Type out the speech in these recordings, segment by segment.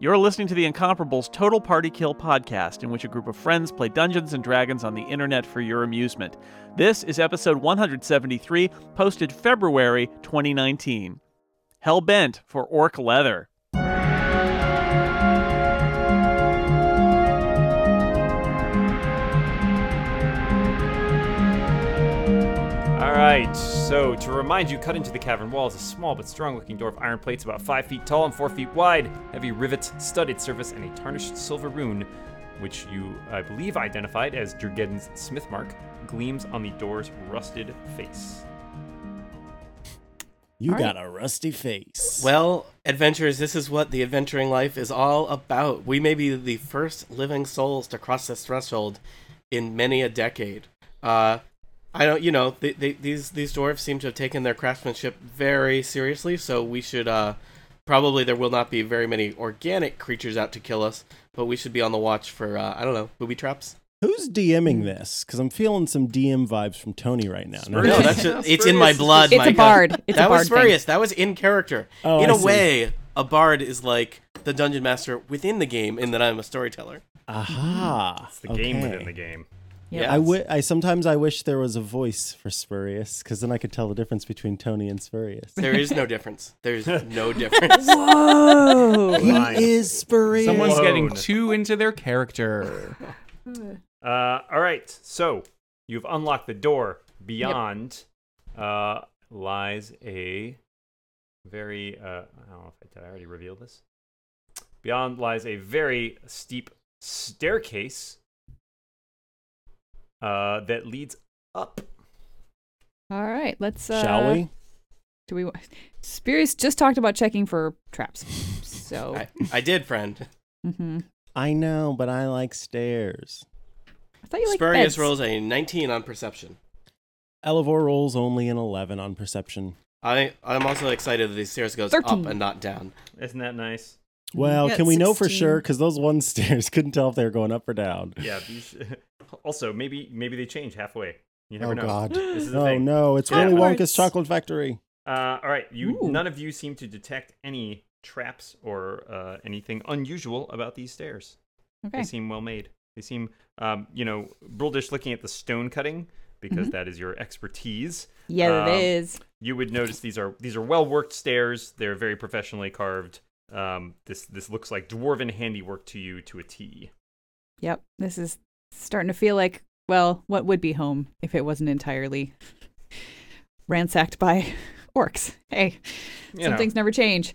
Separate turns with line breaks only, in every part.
You're listening to the Incomparable's Total Party Kill podcast, in which a group of friends play Dungeons and Dragons on the internet for your amusement. This is episode 173, posted February 2019. Hellbent for Orc Leather.
All right, so to remind you, cut into the cavern wall is a small but strong looking door of iron plates about 5 feet tall and 4 feet wide, heavy rivets, studded surface, and a tarnished silver rune, which you, I believe, identified as Durgeddon's smith mark, gleams on the door's rusted face.
You
All right.
got a rusty face.
Well, adventurers, this is what the adventuring life is all about. We may be the first living souls to cross this threshold in many a decade. Uh, I don't, you know, th they, these these dwarves seem to have taken their craftsmanship very seriously. So we should uh, probably there will not be very many organic creatures out to kill us, but we should be on the watch for uh, I don't know booby traps.
who's DMing this? Because I'm feeling some DM vibes from Tony right now. No,
No,
Really?
that's just, it's in my blood.
It's
Micah.
a bard. It's
that
a bard
was
thing.
spurious. That was in character.
Oh,
in
I
a
see.
way, a bard is like the dungeon master within the game, in that I'm a storyteller.
aha.
It's the game
okay.
within the game.
Yeah.
I, w- I sometimes I wish there was a voice for Spurious because then I could tell the difference between Tony and Spurious.
There is no difference. There's no difference.
Whoa!
He is Spurious.
Someone's
Whoa.
getting too into their character.
Uh, all right, so you've unlocked the door. Beyond uh, lies a very, uh, I don't know if I did I already reveal this. Beyond lies a very steep staircase uh, that leads up.
All right, let's. Uh,
Shall we?
Do we? wa- Spurious just talked about checking for traps. So.
I, I did, friend.
mhm.
I know, but I like stairs.
I thought you liked
Spurious
beds.
rolls a 19 on perception.
Elevor rolls only an 11 on perception.
I I'm also excited that these stairs goes
13.
up and not down.
Isn't that nice?
Well,
Yeah,
can we know for
16.
sure? Because those one stairs couldn't tell if they were going up or down.
Yeah. These, also, maybe maybe they change halfway. You never
Oh,
know.
God.
This is the
Oh,
thing.
no. It's Willy
Backwards.
Wonka's Chocolate Factory.
Uh, all right, you
Ooh.
none of you seem to detect any traps or uh, anything unusual about these stairs.
Okay.
They seem well made. They seem, um, you know, Bruldish looking at the stone cutting because
Mhm.
that is your expertise.
Yeah,
Um,
it is.
You would notice these are these are well worked stairs. They're very professionally carved. Um, this this looks like dwarven handiwork to you to a T.
Yep. This is starting to feel like, well, what would be home if it wasn't entirely ransacked by orcs? Hey,
You
some
know,
things never change.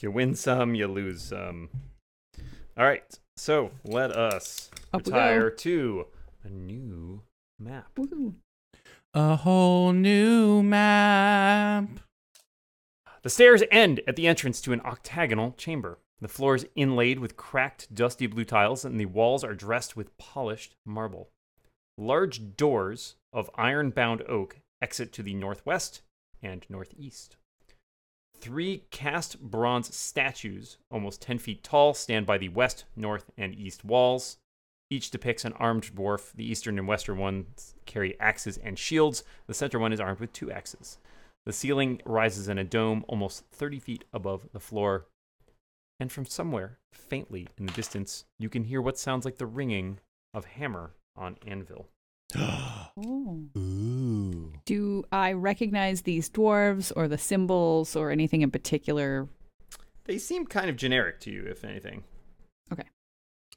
you win some, you lose some. All right, so let us
Up we go.
retire to a new map.
Woohoo.
A whole new map.
The stairs end at the entrance to an octagonal chamber. The floor is inlaid with cracked, dusty blue tiles, and the walls are dressed with polished marble. Large doors of iron bound oak exit to the northwest and northeast. Three cast bronze statues, almost 10 feet tall, stand by the west, north, and east walls. Each depicts an armed dwarf. The eastern and western ones carry axes and shields. The center one is armed with two axes. The ceiling rises in a dome almost 30 feet above the floor. And from somewhere, faintly in the distance, you can hear what sounds like the ringing of hammer on anvil.
Oh.
Ooh.
Do I recognize these dwarves or the symbols or anything in particular?
They seem kind of generic to you, if anything.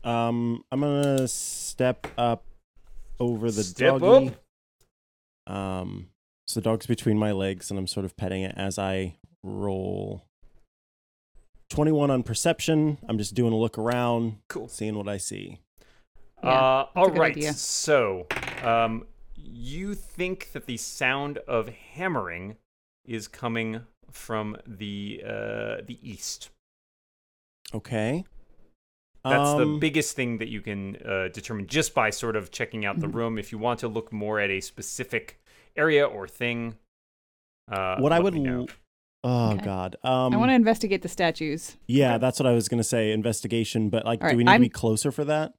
Um, I'm gonna step up over the
Step
doggy. Um, so the dog's between my legs, and I'm sort of petting it as I roll. Twenty-one on perception. I'm just doing a look around,
Cool.
seeing what I see.
Yeah,
uh,
that's a
all
good
right.
idea.
So, um, you think that the sound of hammering is coming from the uh, the east.
Okay.
That's the
Um,
biggest thing that you can uh, determine just by sort of checking out the
Mm-hmm.
room. If you want to look more at a specific area or thing, uh,
What I
let
would.
me know.
l- Oh
Okay.
God. Um.
I want to investigate the statues,
yeah, that's what I was gonna say. Investigation, but like,
All
do
right,
we need
I'm-
to be closer for that?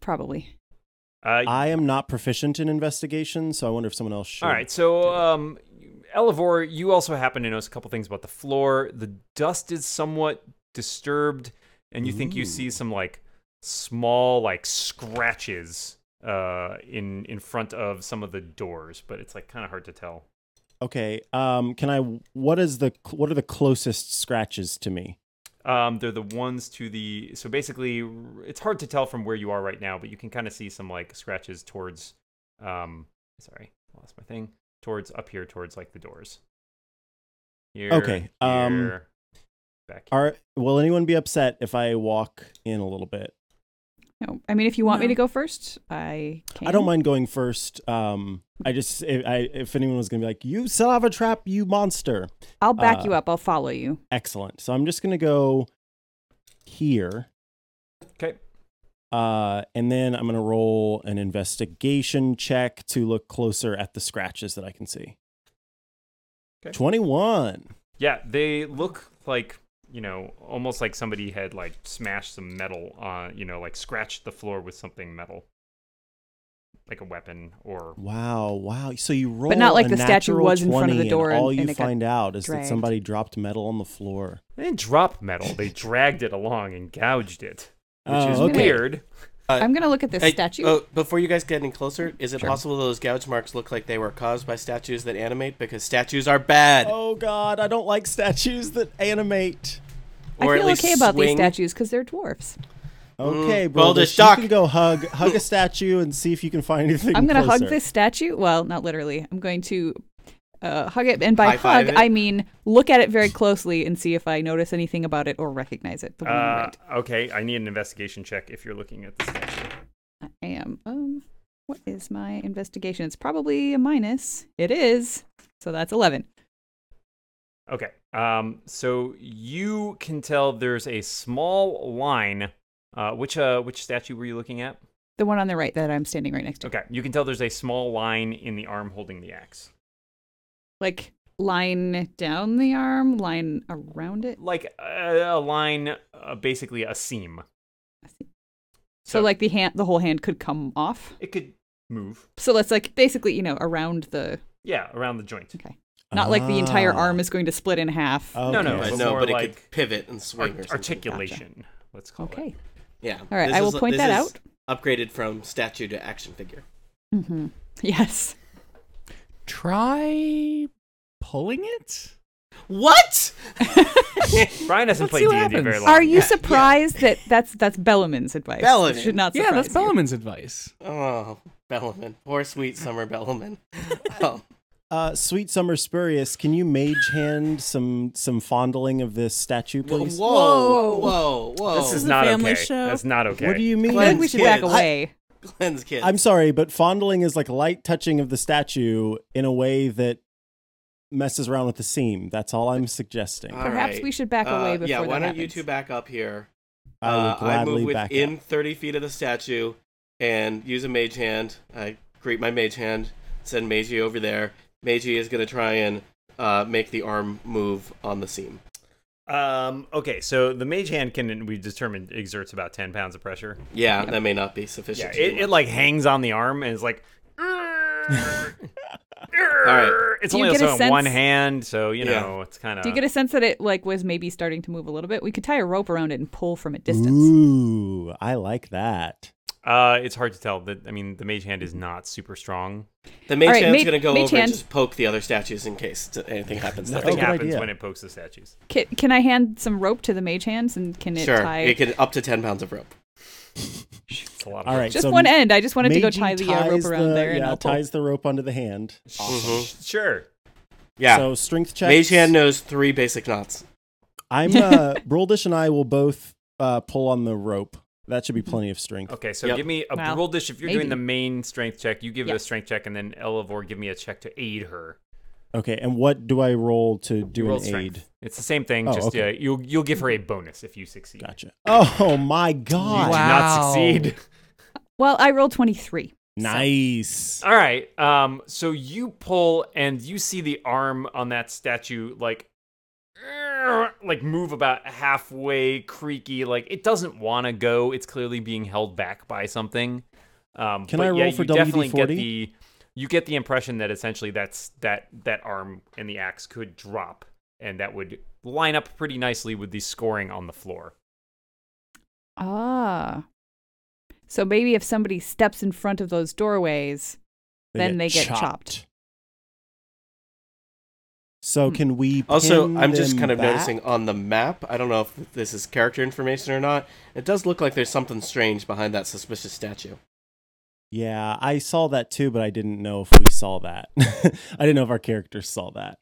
probably.
Uh,
I am not proficient in investigation, so I wonder if someone else should.
All right, so um, Elevor, you also happen to notice a couple things about the floor. The dust is somewhat disturbed. and you think you see some like small like scratches uh in in front of some of the doors but it's like kind of hard to tell
Okay. Um, can I? What is the? What are the closest scratches to me?
um they're the ones to the so basically r- it's hard to tell from where you are right now but you can kind of see some like scratches towards um sorry lost my thing towards up here towards like the doors here,
Okay, um,
here, back here.
Are will anyone be upset if I walk in a little bit?
No, I mean, if you want me
No.
to go first, I can.
I don't mind going first. Um, I just if, I, if anyone was gonna be like, "You set off a trap, you monster!"
I'll back
uh,
you up. I'll follow you.
Excellent. So I'm just gonna go here,
okay
uh, and then I'm gonna roll an investigation check to look closer at the scratches that I can see.
Okay.
Twenty-one.
Yeah, they look like you know, almost like somebody had like smashed some metal on, you know, like scratched the floor with something metal, like a weapon or
Wow, wow. So you roll,
not like
a
the statue
natural
was in front of the
20, and
door and-
all you
and it got
find out is that
dragged.
somebody dropped metal on the floor.
they didn't drop metal. They dragged it along and gouged it, which
Oh,
is
okay.
weird.
Uh,
I'm gonna look at this
Hey,
statue.
oh, before you guys get any closer, is it
Sure.
possible those gouge marks look like they were caused by statues that animate? Because statues are bad,
Oh god, I don't like statues that animate.
or
I
at
feel
least
okay about these
swing.
statues because they're dwarfs.
Okay,
Mm,
bro.
well,
this
just
you
duck.
can go hug hug a statue and see if you can find anything.
I'm gonna hug
closer.
this statue. Well, not literally. I'm going to uh, hug it, and by
High-five
hug
it?
I mean look at it very closely and see if I notice anything about it or recognize it. The one on the
Uh,
right.
okay, I need an investigation check if you're looking at this. statue.
I am. Um, what is my investigation? It's probably a minus. It is. So that's eleven.
Okay, um, so you can tell there's a small line. Uh, which uh, which statue were you looking at?
The one on the right that I'm standing right next to.
Okay, you can tell there's a small line in the arm holding the axe.
Like line down the arm, line around it.
like uh, a, a line, uh, basically a seam.
So, like the hand, the whole hand could come off.
it could move.
So that's like basically, you know, around the.
Yeah, around the joint.
Okay. Not like the entire arm is going to split in half.
Oh,
No, no,
Okay.
But
but
no,
more
but it
like
could pivot and
art-
swing. or something.
articulation. Let's call it.
okay.
Yeah.
All right, I will point
this
that
is
out.
Upgraded from statue to action figure.
hmm Yes.
Try pulling it.
What?
Brian hasn't
Let's
played D
see what
and D
happens.
very long.
Are you
yeah.
surprised that that's that's Bellarmine's advice?
Bellarmine.
should not.
Yeah, that's
surprise you.
Bellaman's advice.
Oh, Bellaman. Poor sweet summer Bellaman. Oh,
Uh, sweet summer spurious. Can you mage hand some some fondling of this statue,
whoa,
please?
whoa, whoa, whoa.
This is
a
not
family
okay.
show.
That's not okay.
What do you mean?
I think we
Glenn's
should back
kids.
away.
Glenn's kid.
I'm sorry, but fondling is like light touching of the statue in a way that messes around with the seam. That's all I'm suggesting.
All
Perhaps
right.
we should back
Uh,
away before
Yeah,
that
why don't you
happens.
two back up here?
I
Uh,
would gladly
move
back
within
up.
30 feet of the statue and use a mage hand. I greet my mage hand, send Meiji over there. Meiji is going to try and uh, make the arm move on the seam.
Um, okay, so the mage hand can we determined exerts about ten pounds of pressure.
Yeah, that may not be
Yeah,
sufficient. to
it,
do
it like hangs on the arm and is like. All
right.
It's
Do you
only
get a
also in one
sense-
hand, so you
Yeah.
know it's kind of.
Do you get a sense that it like was maybe starting to move a little bit? We could tie a rope around it and pull from a distance.
Ooh, I like that.
Uh, it's hard to tell. That I mean, the mage hand is not super strong.
The mage
All right,
hand's
ma-
gonna go
mage
over
hand.
and just poke the other statues in case t- anything happens. to
Nothing
Nothing
them.
good
happens
idea.
when it pokes the statues.
Can, can I hand some rope to the mage hands and can it
Sure,
tie?
it can up to ten pounds of rope.
It's a lot of
All right.
Just
so
one end. I just wanted to go
Meiji
tie the uh, rope
ties
around
the-
there and
yeah,
I'll pull.
ties the rope onto the hand.
Mhm.
Sure.
Yeah,
So strength check.
mage hand knows three basic knots.
I'm uh, Broldish and I will both uh, pull on the rope. That should be
Mm-hmm.
plenty of strength.
Okay, so
Yep.
give me a
Wow.
roll dish. If you're doing
Maybe.
the main strength check, you give it
Yeah.
a strength check, and then Elevor give me a check to aid her.
Okay, and what do I roll to do
You roll
an aid?
It's the same thing.
Oh,
just
okay.
uh, you'll you'll give her a bonus if you succeed.
Gotcha. Oh my
You
god!
do
Wow.
not succeed.
Well, I rolled twenty three.
Nice.
All right. Um. So you pull, and you see the arm on that statue, like, like move about halfway, creaky. Like it doesn't want to go. It's clearly being held back by something. Um,
Can
but
I
yeah,
roll for
you definitely get
WD-40?
the you get the impression that essentially that's that that arm and the axe could drop, and that would line up pretty nicely with the scoring on the floor.
Ah. So maybe if somebody steps in front of those doorways, Then they get chopped.
So
Hmm.
can we?
Also,
pin
I'm just
them
kind of
back?
noticing on the map. I don't know if this is character information or not. It does look like there's something strange behind that suspicious statue.
Yeah, I saw that too, but I didn't know if we saw that. I didn't know if our characters saw that.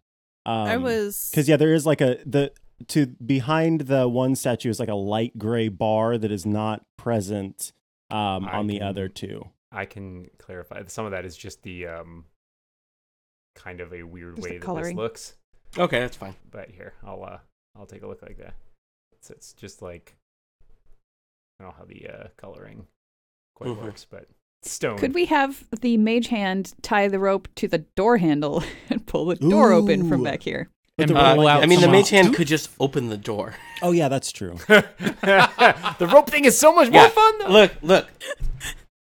Um,
I was
because yeah, there is like a the to behind the one statue is like a light gray bar that is not present um,
I
on the
can-
other two.
I can clarify. Some of that is just the um, kind of a weird
Just the
way that this
coloring.
looks.
Okay, that's fine.
But here, I'll uh, I'll take a look like that. So it's just like I don't know how the uh, coloring quite
Mhm.
works, but
Oh.
stone.
could we have the mage hand tie the rope to the door handle and pull the door open from
Ooh.
back here?
But the
Uh,
roll
well,
out
I mean, the
some
mage
out.
hand could just open the door.
Oh yeah, that's true.
the rope thing is so much more
Yeah.
fun. Though.
Look, look,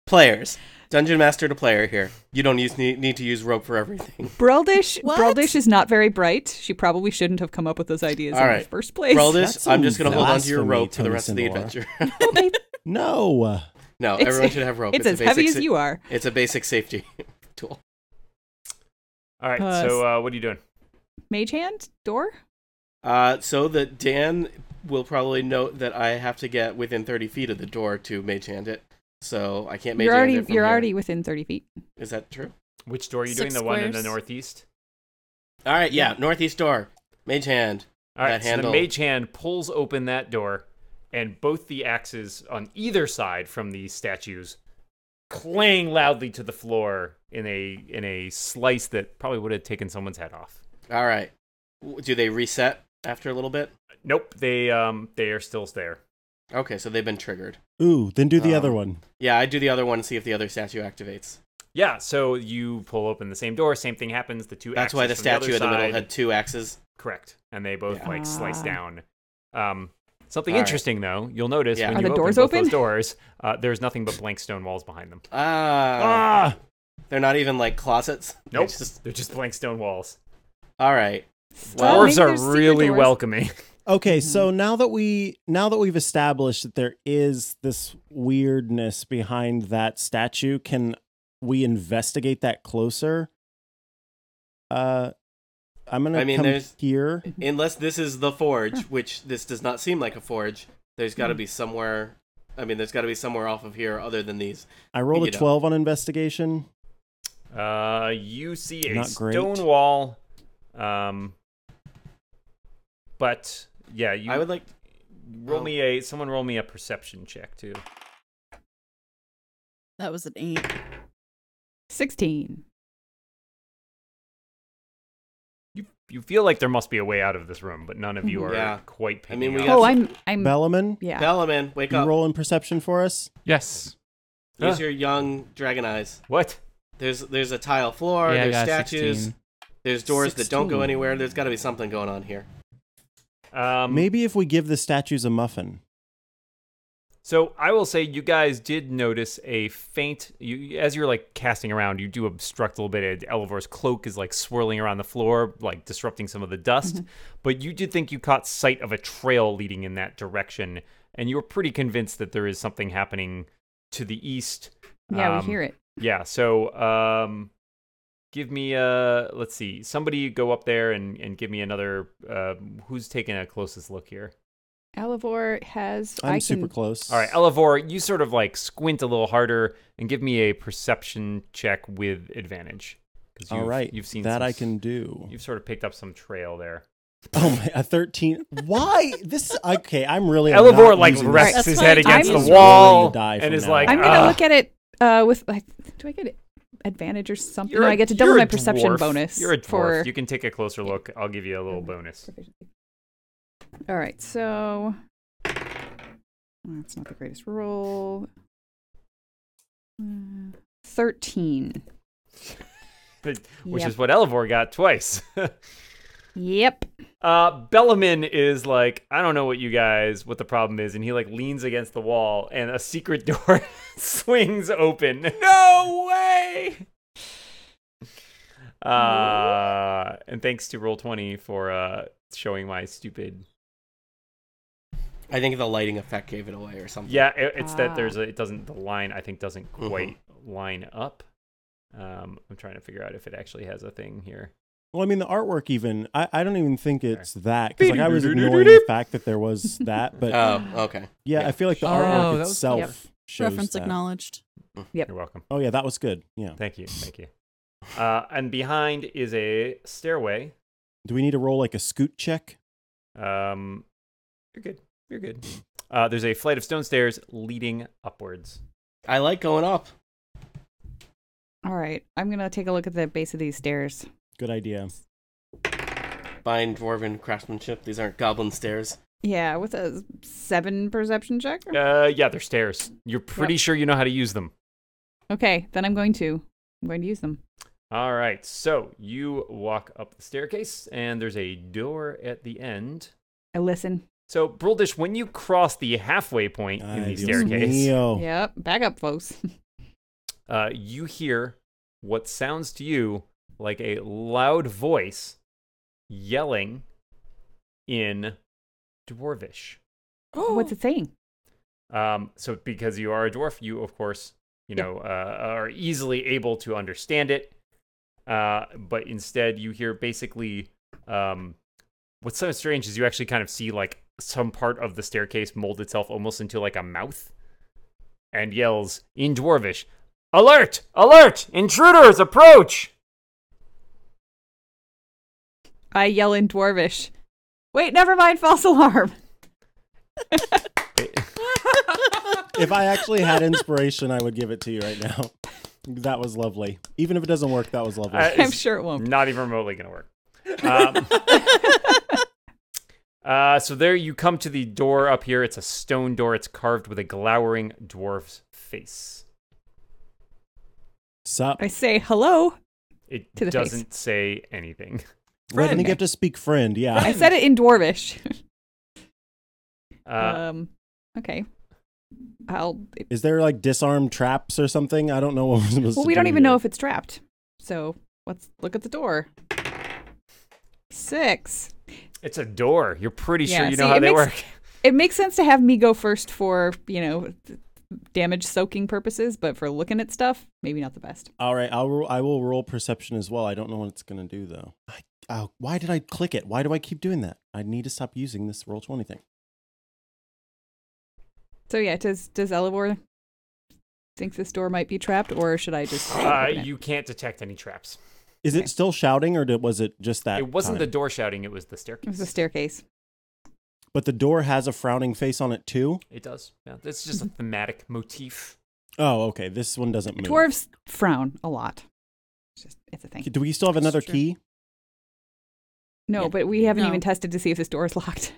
players, dungeon master to player here. You don't use, need, need to use rope for everything.
Breldish,
What?
Breldish is not very bright. She probably shouldn't have come up with those ideas
All
in the
right.
first place.
Broldis,
That's
I'm just gonna hold on to your
blasphemy,
rope for the
Tony
rest of the
Sindor.
adventure.
Well, they-
No,
no,
It's-
everyone should have rope.
it's, as
a
heavy
basic
as
sa-
you are.
It's a basic safety tool.
All right,
Uh,
so uh, what are you doing?
Mage hand door.
Uh, so that Dan will probably note that I have to get within 30 feet of the door to mage hand it. So I can't mage
You're
hand
already
it from
you're
here.
already within thirty feet.
Is that true?
Which door are you
Six
doing? The one in the
squares.
northeast.
All right, yeah, northeast door, mage hand.
All right,
That
so
handle.
the mage hand pulls open that door, and both the axes on either side from these statues clang loudly to the floor in a in a slice that probably would have taken someone's head off.
All right. W- Do they reset after a little bit?
Nope, they um they are still there.
Okay, so they've been triggered.
ooh, then do the
Um,
other one.
Yeah, I do the other one and see if the other statue activates.
Yeah, so you pull open the same door, same thing happens. The two
That's why the
axes from
statue
the
in
other
the middle
side-
had two axes.
correct, and they both
Yeah.
like slice
Ah.
down. Um, something
All right.
interesting though, you'll notice
Yeah.
when
Are
you
the
open
doors
both those
open?
doors, uh, there's nothing but blank stone walls behind them.
Ah,
ah,
they're not even like closets. They're
Nope.
just-
They're just blank stone walls.
all right. Well,
Well,
Dwarves are really welcoming.
Okay, so
Mm-hmm.
now that we now that we've established that there is this weirdness behind that statue, can we investigate that closer? Uh I'm gonna
I mean,
come
there's-
here.
Unless this is the forge, which this does not seem like a forge. There's got to be somewhere. I mean, there's got to be somewhere off of here other than these.
I rolled a
you know.
twelve on investigation.
Uh, you see a
Not great.
stone wall, um, but yeah, you
I would like.
roll
oh.
me a someone roll me a perception check too.
that was an eight.
Sixteen.
You you feel like there must be a way out of this room, but none of you
Mhm.
are
Hmm. Yeah.
quite.
I mean,
picking
we
up.
got-
Oh, I'm I'm
Bellaman,
yeah.
Bellaman, wake
you
up.
roll in perception for us.
Yes.
Use
Huh?
your young dragon eyes.
what?
There's there's a tile floor.
yeah, I
there's
got a
statues.
16.
There's doors that don't go
16.
anywhere. There's got to be something going on here.
Um,
Maybe if we give the statues a muffin.
So I will say you guys did notice a faint. You as you're like casting around, you do obstruct a little bit. Elevor's cloak is like swirling around the floor, like disrupting some of the dust.
Mm-hmm.
But you did think you caught sight of a trail leading in that direction, and you were pretty convinced that there is something happening to the east.
Yeah,
Um,
we hear it.
Yeah. So um, give me a let's see. Somebody go up there and and give me another. Uh, who's taking a closest look here?
Alivor has.
I'm
I
super
can-
close.
All right, Elevor, you sort of like squint a little harder and give me a perception check with advantage. 'cause
All
you've-
right,
You've seen
that
some
I
s-
can do.
You've sort of picked up some trail there.
Oh my, a thirteen. Why this? Okay, I'm really. I'm
Elevor
not
like
using this.
rests
That's
his
fine,
head
I'm
against the
just rolling
wall
a die
and
from
is
now
like,
on.
I'm gonna
"Ah."
look at it uh, with. I do I get advantage or something?
You're
No,
a-
I get to
you're
double
a
my perception
dwarf.
bonus.
You're a dwarf.
for
You can take a closer look. I'll give you a little bonus.
proficiency. All right, so that's not the greatest roll. Uh, Thirteen.
Which
Yep.
is what Elevor got twice.
Yep.
Uh, Bellamin is like, I don't know what you guys, what the problem is, and he like leans against the wall, and a secret door swings open. No way! Uh, and thanks to Roll Twenty for uh showing my stupid
I think the lighting effect gave it away or something.
Yeah, it, it's that there's
Ah.
a it doesn't the line I think doesn't
Mhm.
quite line up. Um, I'm trying to figure out if it actually has a thing here.
Well, I mean, the artwork even, I, I don't even think it's that. Because like, I was ignoring the fact that there was that. But
Oh, okay.
yeah, I feel like the
Oh,
artwork
that was-
itself
Yep.
shows
Reference
that.
acknowledged.
Yep.
You're welcome.
Oh, yeah, that was good. Yeah.
Thank you. Thank you. Uh, and behind is a stairway.
Do we need to roll like a scoot check?
Um, you're good. You're good. Uh, there's a flight of stone stairs leading upwards.
I like going up.
All right. I'm going to take a look at the base of these stairs.
Good idea.
Fine dwarven craftsmanship. These aren't goblin stairs.
Yeah, with a seven perception check.
Uh, yeah, they're stairs. You're pretty sure you know how to use them.
Okay, then I'm going to. I'm going to use them.
All right, so you walk up the staircase, and there's a door at the end.
I listen.
So, Bruldish, when you cross the halfway point in the
Ay, Dios
staircase,
mío.
Yep. Back up, folks.
uh, you hear what sounds to you like a loud voice yelling in Dwarvish.
What's it saying?
Um, so, because you are a dwarf, you of course, you know, uh, are easily able to understand it. Uh, but instead, you hear basically um, what's so strange is you actually kind of see like some part of the staircase mold itself almost into like a mouth, and yells in dwarvish, "Alert! Alert! Intruders approach!"
I yell in dwarvish. Wait, never mind. False alarm.
If I actually had inspiration, I would give it to you right now. That was lovely. Even if it doesn't work, that was lovely.
Uh,
I'm sure it won't.
Not even remotely gonna work. Um, uh, so there you come to the door up here. It's a stone door. It's carved with a glowering dwarf's face.
Sup?
I say hello.
It
To the face.
doesn't say anything.
Wait, I
Friend.
think you have to speak friend. Yeah.
I said it in dwarvish.
Uh,
um. Okay. I'll.
Is there like disarm traps or something? I don't know what we're supposed
Well,
to
we don't
do
even
here.
know if it's trapped. So let's look at the door. Six.
it's a door. You're pretty sure
Yeah,
you know
see,
how
it
they
makes-
work.
It makes sense to have me go first for you know th- damage soaking purposes, but for looking at stuff, maybe not the best.
All right, I'll ro- I will roll perception as well. I don't know what it's gonna do though. I, oh, why did I click it? Why do I keep doing that? I need to stop using this roll twenty thing.
So yeah, does does Elivor think this door might be trapped, or should I just?
Uh,
open it?
you can't detect any traps.
Is
Okay.
it still shouting or did, was it just that?
It wasn't the
time?
door shouting. It was the staircase.
It was a staircase.
But the door has a frowning face on it too.
It does. Yeah, it's just a thematic motif.
Oh, okay. This one doesn't move.
Dwarves frown a lot. It's just it's a thing.
Do we still have
That's
another
true.
key?
No,
Yeah.
but we haven't
No.
even tested to see if this door is locked.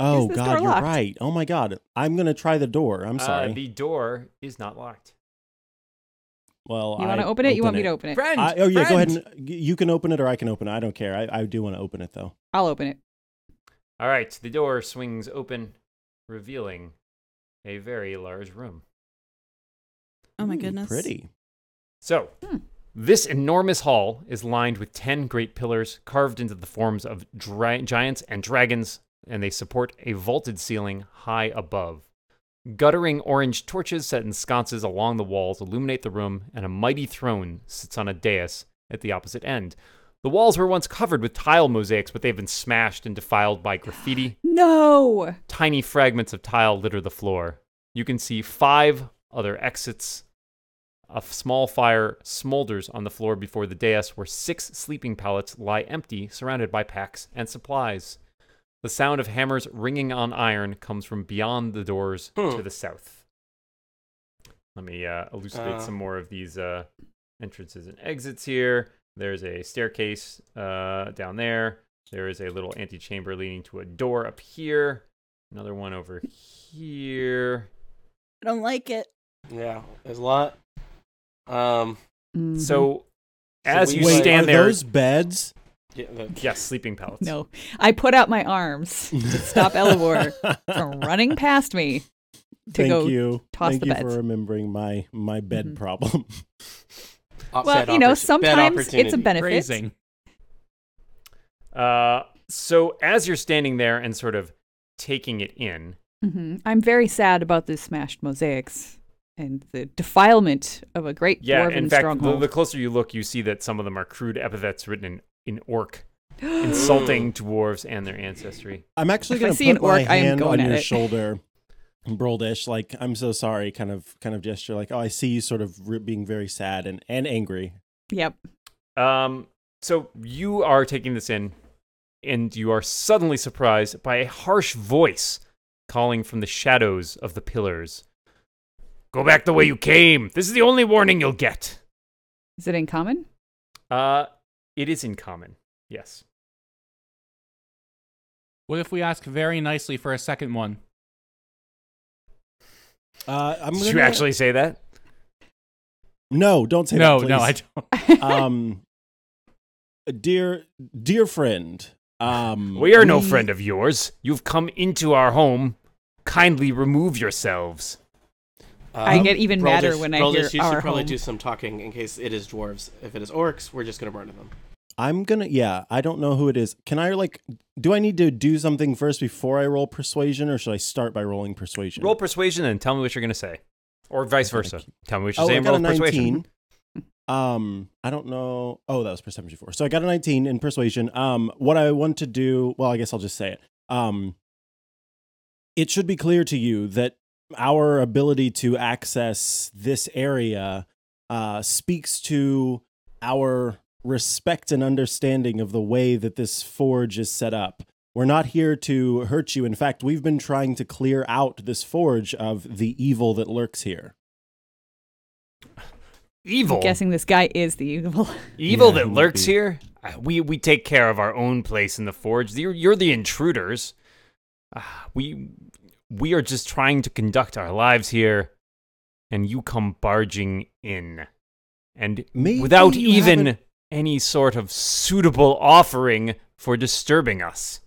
Oh
this door
God, you're
locked?
right. Oh my God, I'm gonna try the door. I'm
Uh,
sorry.
the door is not locked.
well,
you want
I
to open it? You want me to open it?
Friend.
I, oh yeah, go ahead.
friend.
And, y- you can open it or I can open it. I don't care. I, I do want to open it though.
I'll open it.
All right, the door swings open, revealing a very large room.
Oh my
Ooh,
goodness.
Hmm, Pretty.
So,
Hmm.
this enormous hall is lined with 10 great pillars carved into the forms of dra- giants and dragons, and they support a vaulted ceiling high above. Guttering orange torches set in sconces along the walls illuminate the room, and a mighty throne sits on a dais at the opposite end. The walls were once covered with tile mosaics, but they've been smashed and defiled by graffiti.
No.
Tiny fragments of tile litter the floor. You can see five other exits. A f- small fire smolders on the floor before the dais where six sleeping pallets lie empty, surrounded by packs and supplies. The sound of hammers ringing on iron comes from beyond the doors
Hmm.
to the south. Let me uh, elucidate
Uh.
some more of these uh, entrances and exits here. There's a staircase uh, down there. There is a little antechamber leading to a door up here. Another one over here.
I don't like it.
Yeah, there's a lot. Um,
Mm-hmm.
So
So
as
we
you
like-
stand
are
there,
those beds?
yeah, the-
yes, sleeping pallets.
no, I put out my arms to stop Elivor from running past me. to
Thank
go
you.
toss
Thank
the
you
beds.
for remembering my my bed
Mhm.
problem.
Well,
upset
you know,
oppor- bad
sometimes it's a
opportunity.
benefit.
Grazing.
Uh, so as you're standing there and sort of taking it in,
hmm I'm very sad about the smashed mosaics and the defilement of a great
Yeah,
dwarven
in fact, the,
stronghold.
the closer you look, you see that some of them are crude epithets written in, in orc, insulting dwarves and their ancestry.
I'm actually
If I
going to
see an
put my
orc, I am
hand on
going at
your
it.
shoulder, Broldish. Like I'm so sorry, kind of kind of gesture. Like oh, I see you, sort of re- being very sad and and angry.
yep.
Um, so you are taking this in, and you are suddenly surprised by a harsh voice calling from the shadows of the pillars. Go back the way you came. This is the only warning you'll get.
Is it in common?
Uh, it is in common. Yes.
What if we ask very nicely for a second one?
Uh, I'm
Did
gonna,
you actually say that?
No, don't say
no,
that.
no, I don't.
don't. um, dear dear friend, um,
We are
Mm.
no friend of yours. You've come into our home. Kindly remove yourselves.
Um,
I get even madder when I hear
Broldish, you
our
should probably
home.
do some talking in case it is dwarves. If it is orcs, we're just gonna murder them.
I'm gonna. Yeah, I don't know who it is. Can I like? Do I need to do something first before I roll persuasion, or should I start by rolling persuasion?
Roll persuasion and tell me what you're going to say. Or vice versa. Tell me what you're
oh, I
saying.
got
Roll
a
persuasion.
19. Um, I don't know. Oh, that was perception before. So I got a 19 in persuasion. Um, what I want to do, well, I guess I'll just say it. Um, it should be clear to you that our ability to access this area uh, speaks to our respect and understanding of the way that this forge is set up. We're not here to hurt you. In fact, we've been trying to clear out this forge of the evil that lurks here.
Evil.
I'm guessing this guy is the evil.
Evil
Yeah, he
that
would
lurks
be.
here. Uh, We we take care of our own place in the forge. You're, you're the intruders. Ah, we we are just trying to conduct our lives here, and you come barging in, and
Maybe
without
you
even
haven't-
any sort of suitable offering for disturbing us.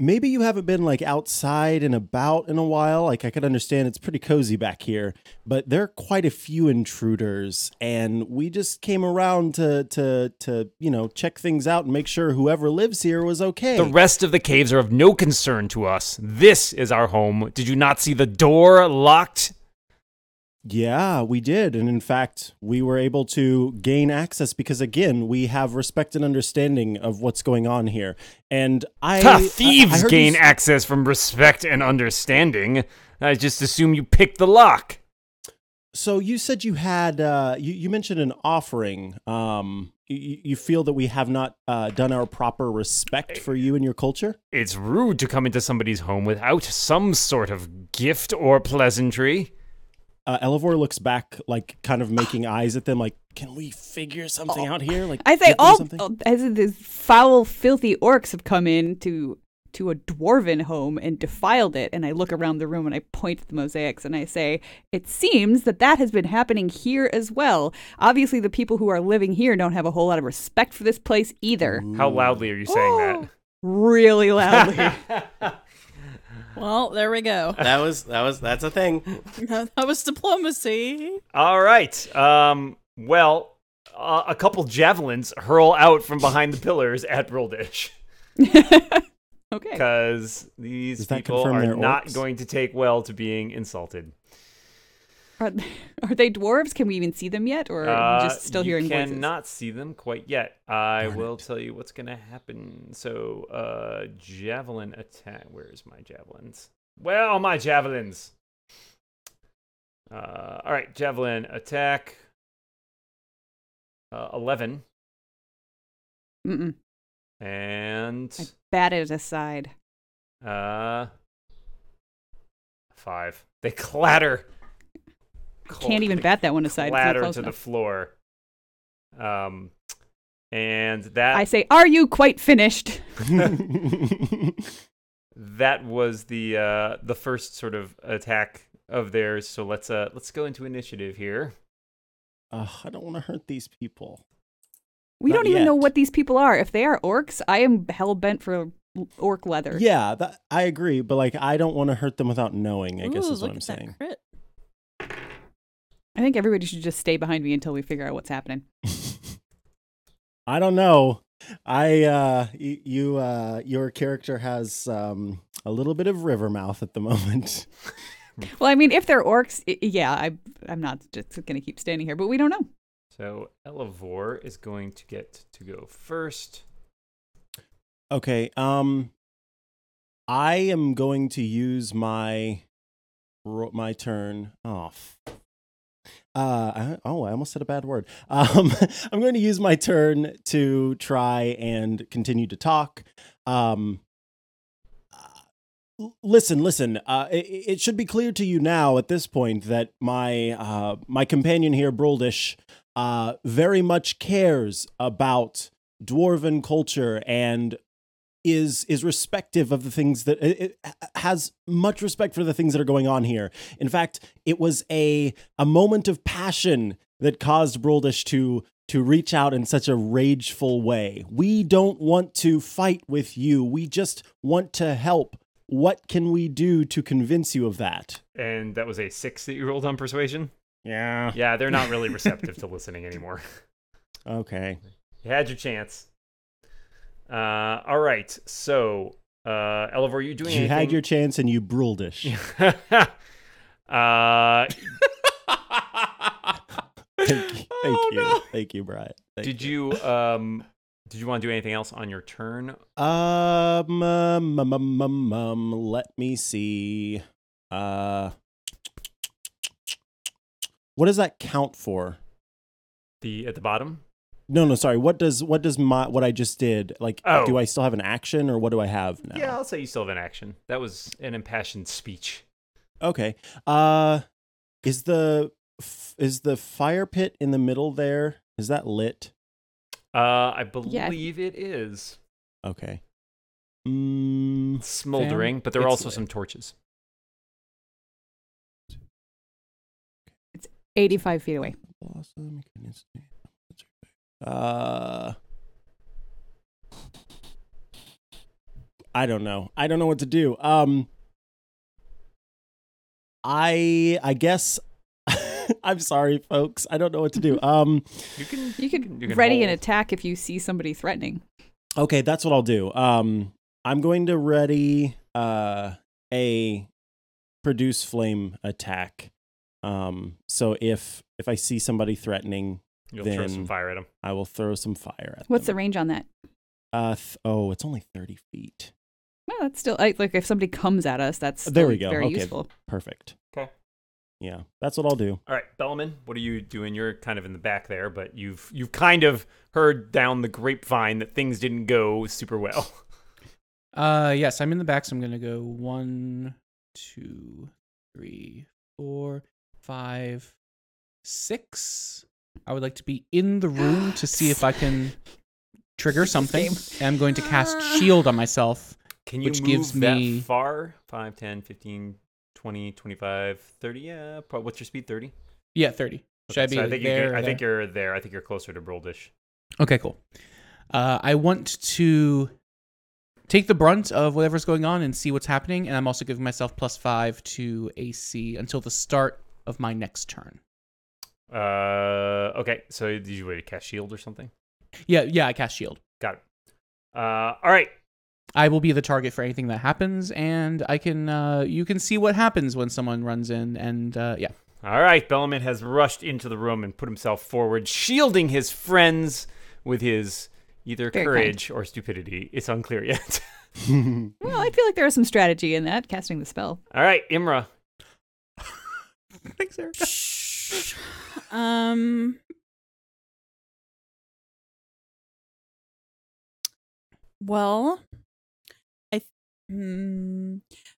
maybe you haven't been like outside and about in a while. Like I could understand it's pretty cozy back here, but there are quite a few intruders, and we just came around to to to you know check things out and make sure whoever lives here was okay.
The rest of the caves are of no concern to us. This is our home. Did you not see the door locked?
yeah, we did, and in fact, we were able to gain access because again, we have respect and understanding of what's going on here. And I
Ha,
I- I
thieves
heard you
gain
s-
access from respect and understanding. I just assume you picked the lock.
So you said you had uh, you, you mentioned an offering. Um, you, you feel that we have not uh, done our proper respect for you and your culture.
It's rude to come into somebody's home without some sort of gift or pleasantry.
Uh, Elevor looks back, like kind of making eyes at them, like, "Can we figure something out here?" Like,
I
get
say
them
"Oh,
all
something?"
all- as if these foul, filthy orcs have come in to to a dwarven home and defiled it. And I look around the room and I point at the mosaics and I say, "It seems that that has been happening here as well. Obviously, the people who are living here don't have a whole lot of respect for this place either."
oh."
How loudly are you saying
Really loudly.
that?
Well, there we go.
That was that was that's a thing.
that was diplomacy.
All right. Um, well, uh, a couple javelins hurl out from behind the pillars at Roldish
okay.
because these
Does that
people
confirm
are
they're
not
orcs?
going to take well to being insulted.
Are they, are they dwarves? Can we even see them yet, or are we just
Uh,
still
you
hearing voices?
cannot see them quite yet. I
Darn
will tell you what's going to happen. So, uh, javelin attack. Where's my javelins? Where are my javelins? Uh, all right, javelin attack. Uh, Eleven
Mm-mm. I
and
bat it aside.
uh, five. They clatter.
Can't even
They
bat that one aside. It's not
Clatter
close
to the
enough.
floor. Um, and that
I say, "Are you quite finished?"
that was the uh, the first sort of attack of theirs. So let's uh, let's go into initiative here.
Ugh, I don't want to hurt these people.
We
Not
don't even know
yet.
what these people are. If they are orcs, I am hell bent for l- orc leather.
Yeah, that, I agree, but like, I don't want to hurt them without knowing. I guess
Ooh,
is what
look
I'm
at that
saying.
crit.
I think everybody should just stay behind me until we figure out what's happening.
I don't know. I uh y- you uh your character has um a little bit of river mouth at the moment.
Well, I mean, if they're orcs, i- yeah, I, I'm not just going to keep standing here, but we don't know.
So Elevore is going to get to go first.
Okay. Um I am going to use my ro- my turn. Oh. f- Uh I, oh, I almost said a bad word. Um I'm going to use my turn to try and continue to talk. Um l- Listen, listen. Uh, it, it should be clear to you now at this point that my uh, my companion here, Broldish, uh, very much cares about dwarven culture and is is respective of the things that it, it has much respect for the things that are going on here. In fact, it was a a moment of passion that caused Broldish to to reach out in such a rageful way. We don't want to fight with you. We just want to help. What can we do to convince you of that?
And that was a six that you rolled on persuasion.
Yeah.
Yeah, they're not really receptive to listening anymore.
Okay.
You had your chance. Uh, all right. So, uh, Elevore, are you doing
You had
anything?
your chance and you Broldish.
had your. uh,
Thank you. Thank
Oh,
you.
no.
Thank you, Brian. Thank
did you um, did you want to do anything else on your turn?
Um, um, um, um, um, um, let me see. Uh, what does that count for?
The at the bottom.
No, no, sorry. What does what does my what I just did? Like,
Oh.
do I still have an action or what do I have now?
Yeah, I'll say you still have an action. That was an impassioned speech.
Okay. Uh, is the f- is the fire pit in the middle there? Is that lit?
Uh, I
Yeah.
believe it is
Okay. Mm,
smoldering, but there are
it's
also
lit.
some torches.
85 feet away.
Blossom can instigate- Uh, I don't know. I don't know what to do. Um, I I guess I'm sorry, folks. I don't know what to do. Um,
You can
You could
you can
ready an
hold.
attack if you see somebody threatening.
okay, that's what I'll do. Um, I'm going to ready uh a produce flame attack. Um, so if if I see somebody threatening,
You'll throw some
then-
fire at him.
I will throw some fire at
What's
them.
the range on that?
Uh, th- oh, it's only 30 feet.
No, that's still I, like if somebody comes at us, that's
There we
still
go.
Very
Okay.
useful.
Perfect.
Okay.
Yeah, that's what I'll do.
All right, Bellman, what are you doing? You're kind of in the back there, but you've you've kind of heard down the grapevine that things didn't go super well.
Uh, yes, I'm in the back, so I'm gonna go one, two, three, four, five, six. I would like to be in the room to see if I can trigger something. And I'm going to cast shield on myself.
Can you
Which
move
gives
that
me-
far? 5, 10, 15, 20, 25, 30. Yeah, probably, what's your speed? 30?
Yeah, thirty. Should I
Okay,
be
so I think
there?
you
or
can, I think
there?
you're there. I think you're closer to Broldish.
Okay, cool. Uh, I want to take the brunt of whatever's going on and see what's happening, and I'm also giving myself plus five to AC until the start of my next turn.
Uh, okay, so did you wait to cast shield or something?
Yeah, yeah, I cast shield.
Got it. Uh, all right.
I will be the target for anything that happens, and I can uh, you can see what happens when someone runs in, and uh, yeah,
All right, Bellman has rushed into the room and put himself forward, shielding his friends with his either
Very
courage or stupidity. It's unclear yet.
Well, I feel like there was some strategy in that casting the spell.
All right, Imra.
thanks, Eric.
Um. Well, I. Th- hmm.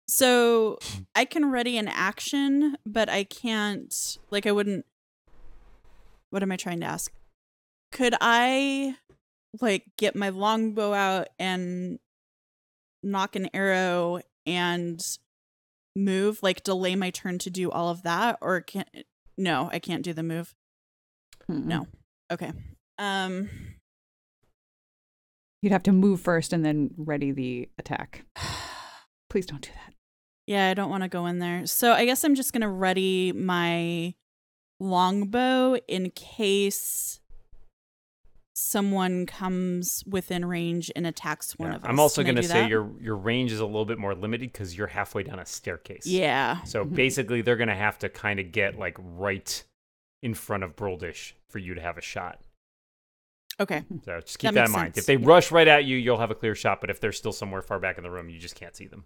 So I can ready an action, but I can't. Like, I wouldn't. What am I trying to ask? Could I, like, get my longbow out and knock an arrow and move, like, delay my turn to do all of that, or can no, I can't do the move. No. Okay. Um
You'd have to move first and then ready the attack. Please don't do that.
yeah, I don't want to go in there. So I guess I'm just going to ready my longbow in case someone comes within range and attacks one
Yeah.
of us.
I'm also
Can I
going to
do
say
that?
your your range is a little bit more limited because you're halfway down a staircase.
Yeah.
So basically, they're going to have to kind of get like right in front of Broldish for you to have a shot.
Okay.
So just keep that,
That
in
makes
mind. If
sense,
they
yeah.
rush right at you, you'll have a clear shot. But if they're still somewhere far back in the room, you just can't see them.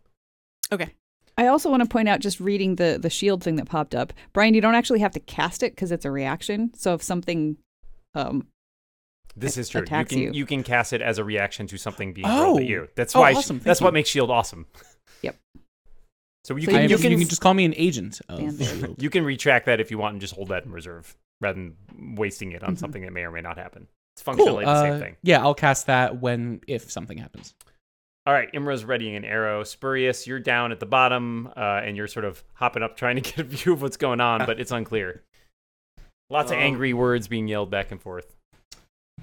Okay.
I also want to point out, just reading the the shield thing that popped up, Brian. You don't actually have to cast it because it's a reaction. So if something, um,
This
It
is true. You
attacks
can,
you.
you can cast it as a reaction to something being rolled at
Oh.
you. That's
Oh,
why.
awesome.
That's
Thank
what
you.
makes shield E awesome.
Yep.
So you
So
I
can
am-
you
just-
can
just call me an agent of
Fan
Shield.
you can retract that if you want and just hold that in reserve rather than wasting it on
Mhm.
something that may or may not happen. It's
Cool.
functionally the
Uh,
same thing.
yeah, I'll cast that when if something happens.
All right, Imra's readying an arrow. Spurious, you're down at the bottom, uh, and you're sort of hopping up trying to get a view of what's going on, but it's unclear. Lots of
Um,
angry words being yelled back and forth.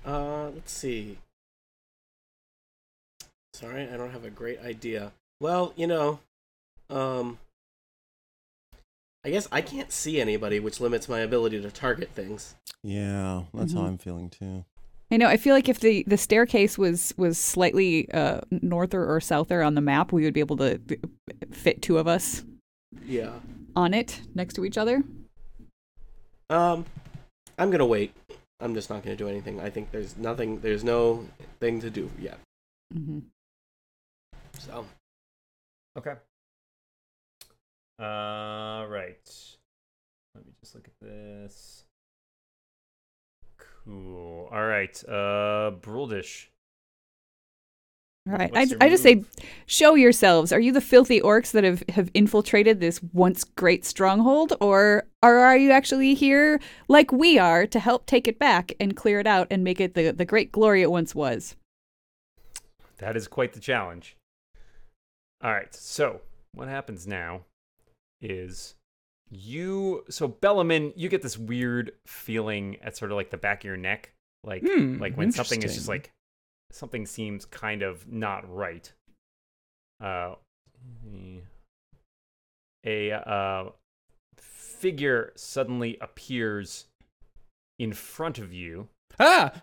Uh, let's see. Sorry, I don't have a great idea. Well, you know, um, I guess I can't see anybody, which limits my ability to target things.
Yeah, that's how
Mhm.
I'm feeling too.
I know. I feel like if the the staircase was was slightly uh, norther or souther on the map, we would be able to uh, fit two of us
Yeah.
on it next to each other.
Um, I'm gonna wait. I'm just not gonna do anything. I think there's nothing. There's no thing to do yet.
Mm-hmm.
So
Okay. All Uh, right. Let me just look at this. Cool. All right. Uh, Bruldish.
All right. I,
what's your
I just say,
move?
show yourselves. Are you the filthy orcs that have, have infiltrated this once great stronghold, or, or are you actually here like we are to help take it back and clear it out and make it the, the great glory it once was?
That is quite the challenge. All right. So what happens now is you. So Bellamin, you get this weird feeling at sort of like the back of your neck, like
Hmm,
like when something is just
interesting.
like something seems kind of not right. Uh, a uh, figure suddenly appears in front of you.
Ah,
uh,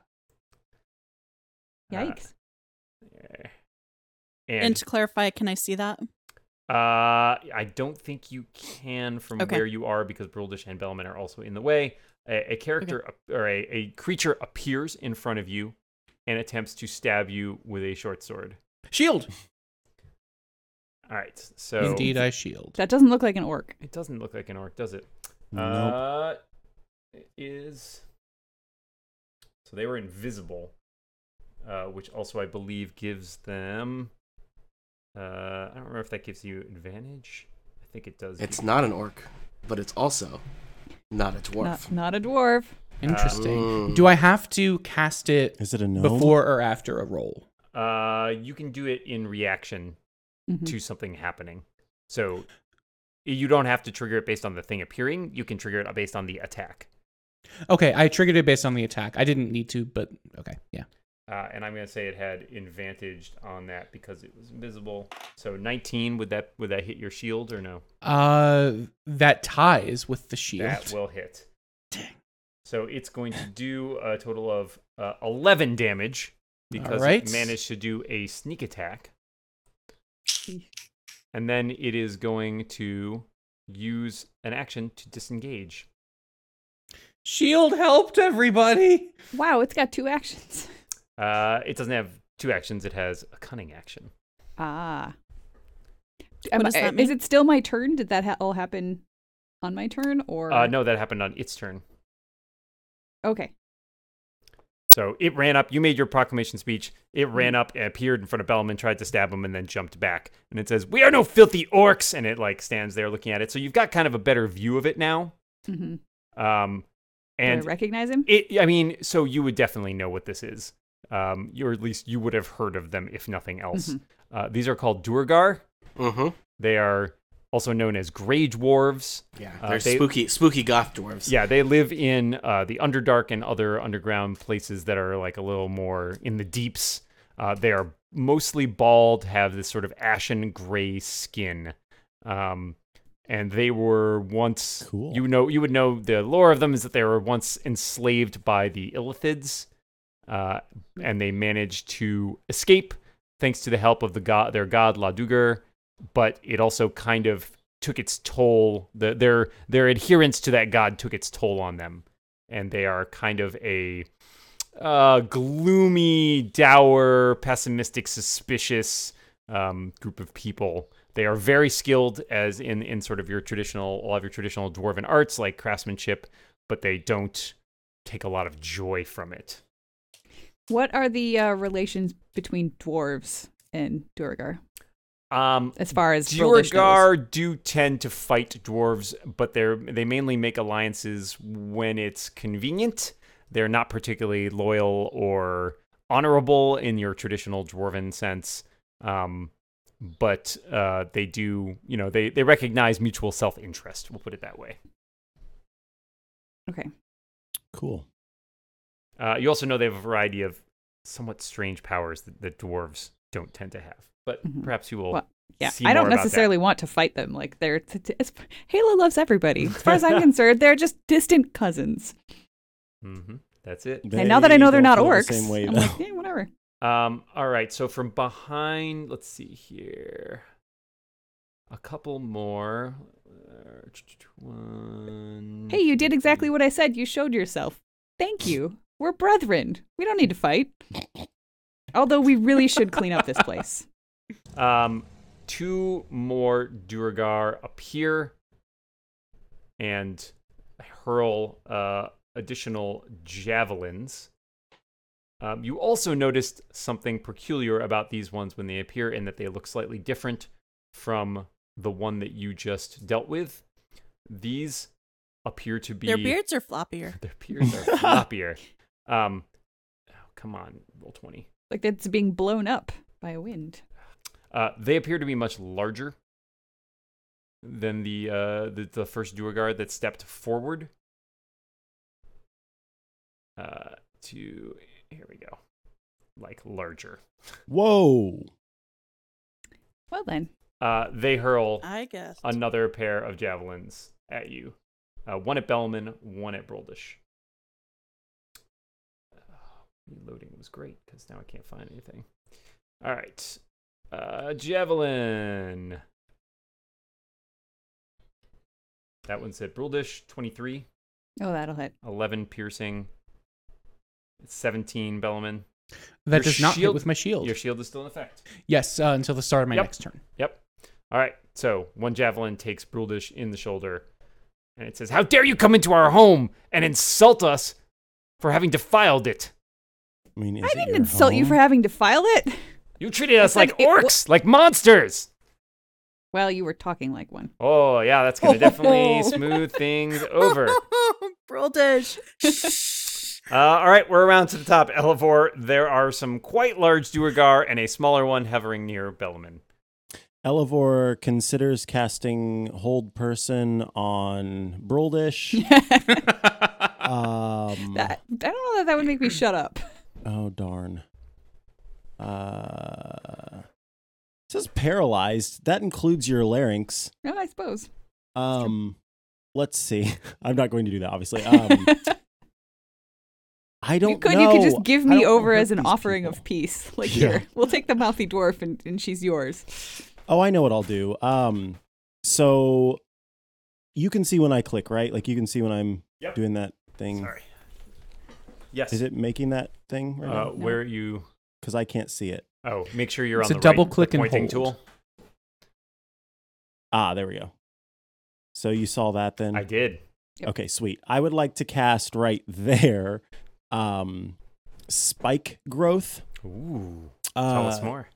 Yikes.
And,
and
to clarify, can I see that?
Uh, I don't think you can from
Okay.
where you are because Bruldish and Bellman are also in the way. A, a character ap- or a, a creature appears in front of you and attempts to stab you with a short sword.
Shield.
All right, so
Indeed, I shield.
that doesn't look like an orc.
it doesn't look like an orc, does it?
Nope.
Uh, it is so they were invisible, uh, which also I believe gives them. Uh, I don't remember if that gives you advantage. I think it does.
it's
give-
not an orc, but it's also not a dwarf.
Not, not a dwarf.
Interesting.
Um,
Mm.
Do I have to cast it
Is it a gnome?
before or after a roll?
Uh, you can do it in reaction
Mhm.
to something happening. So you don't have to trigger it based on the thing appearing. You can trigger it based on the attack.
Okay, I triggered it based on the attack. I didn't need to, but okay, yeah.
Uh, and I'm gonna say it had advantaged on that because it was invisible. So 19 would that would that hit your shield or no?
Uh, that ties with the shield.
That will hit. So it's going to do a total of uh, 11 damage because
Alright.
it managed to do a sneak attack. And then it is going to use an action to disengage.
Shield helped everybody.
Wow, it's got two actions.
Uh, it doesn't have two actions. It has a cunning action.
Ah.
What
Am
does
I- uh,
that
Is
mean?
it still my turn? Did that ha- all happen on my turn? Or
Uh, no, that happened on its turn.
Okay.
So it ran up. You made your proclamation speech. It ran up and appeared in front of Bellman, tried to stab him, and then jumped back. And it says, "We are no filthy orcs." And it like stands there looking at it. So you've got kind of a better view of it now.
hmm
Um,
And
and
Do I recognize him?
it. I mean, so you would definitely know what this is. Um, you- or at least you would have heard of them if nothing else.
Mhm.
Uh, these are called Durgar.
Mm-hmm.
They are also known as Grey Dwarves.
Yeah,
Uh,
they're
they-
spooky, spooky goth dwarves.
Yeah, they live in uh, the Underdark and other underground places that are like a little more in the deeps. Uh, they are mostly bald, have this sort of ashen gray skin, um, and they were once.
Cool.
You know, you would know the lore of them is that they were once enslaved by the Illithids, uh, and they manage to escape thanks to the help of the god, their god Laduger. But it also kind of took its toll. The, their their adherence to that god took its toll on them, and they are kind of a uh, gloomy, dour, pessimistic, suspicious um, group of people. They are very skilled as in in sort of your traditional, all of your traditional dwarven arts like craftsmanship, but they don't take a lot of joy from it.
What are the uh, relations between dwarves and Durgar
Um,
as far as Brolish goes?
Duergar do tend to fight dwarves, but they're they mainly make alliances when it's convenient. They're not particularly loyal or honorable in your traditional dwarven sense. Um, but uh, they do, you know, they, they recognize mutual self interest. We'll put it that way.
Okay.
Cool.
Uh, you also know they have a variety of somewhat strange powers that, that dwarves don't tend to have. But
Mhm.
perhaps you will.
Well, Yeah,
see
I
more
don't
about that.
necessarily want to fight them. Like they're t- t- it's, Halo loves everybody. As far as I'm concerned, they're just distant cousins.
hmm That's it.
and now that I know they're
don't
not
feel the
orcs,
same way,
I'm
though.
like, yeah, whatever.
Um, all right, so from behind, let's see here. A couple more. Uh, One.
Mm.
Hey, you did exactly what I said. You showed yourself. Thank you. We're brethren. We don't need to fight. Although we really should clean up this place.
Um, two more Durgar appear and hurl uh, additional javelins. Um, you also noticed something peculiar about these ones when they appear, in that they look slightly different from the one that you just dealt with. These appear to be
Their beards are floppier.
their beards are floppier. Um, oh, come on, roll twenty.
Like it's being blown up by a wind.
Uh, they appear to be much larger than the uh, the, the first Duergar that stepped forward. Uh, to here we go, like larger.
Whoa.
Well then,
Uh, they hurl
I guess.
another pair of javelins at you, uh, one at Bellman, one at Broldish. Uh, Reloading was great because now I can't find anything. All right, uh, javelin. That one's at Bruldish, 23,
oh that'll hit.
11 piercing, 17 Bellman.
That
Your
does not hit
shield-
with my shield.
Your shield is still in effect.
yes, uh, until the start of my
Yep.
next turn.
Yep. All right. So one javelin takes Bruldish in the shoulder, and it says, "How dare you come into our home and insult us for having defiled it?
I mean, is
I
it
didn't
your
insult you
home?
for having defiled it.
You treated us
said
like
it wa-
orcs, like monsters."
Well, you were talking like one.
Oh yeah, that's gonna definitely
Oh.
smooth things over.
Broldish.
Uh, all right, we're around to the top. Elevor, there are some quite large Duergar and a smaller one hovering near Bellamin.
Elevor considers casting Hold Person on Broldish. um,
That, I don't know that that would make me shut up.
Oh, darn. Uh, it says paralyzed. That includes your larynx.
No, I suppose.
Um, let's see. I'm not going to do that, obviously. Um, I don't
you could
know.
you could just give
I
me
don't
over
hurt
as an
these
offering
people.
of peace. Like
Yeah.
here, we'll take the mouthy dwarf and, and she's yours.
Oh, I know what I'll do. Um, so you can see when I click, right? Like you can see when I'm
Yep.
doing that thing.
Sorry. Yes.
Is it making that thing right
uh,
now?
where you?
Because I can't see it.
Oh, make sure you're
It's
on
a
the right-
double
the
click and
pointing
hold.
tool.
Ah, there we go. So you saw that then?
I did.
Yep.
Okay, sweet. I would like to cast right there um spike growth.
Ooh.
Uh,
Tell us more.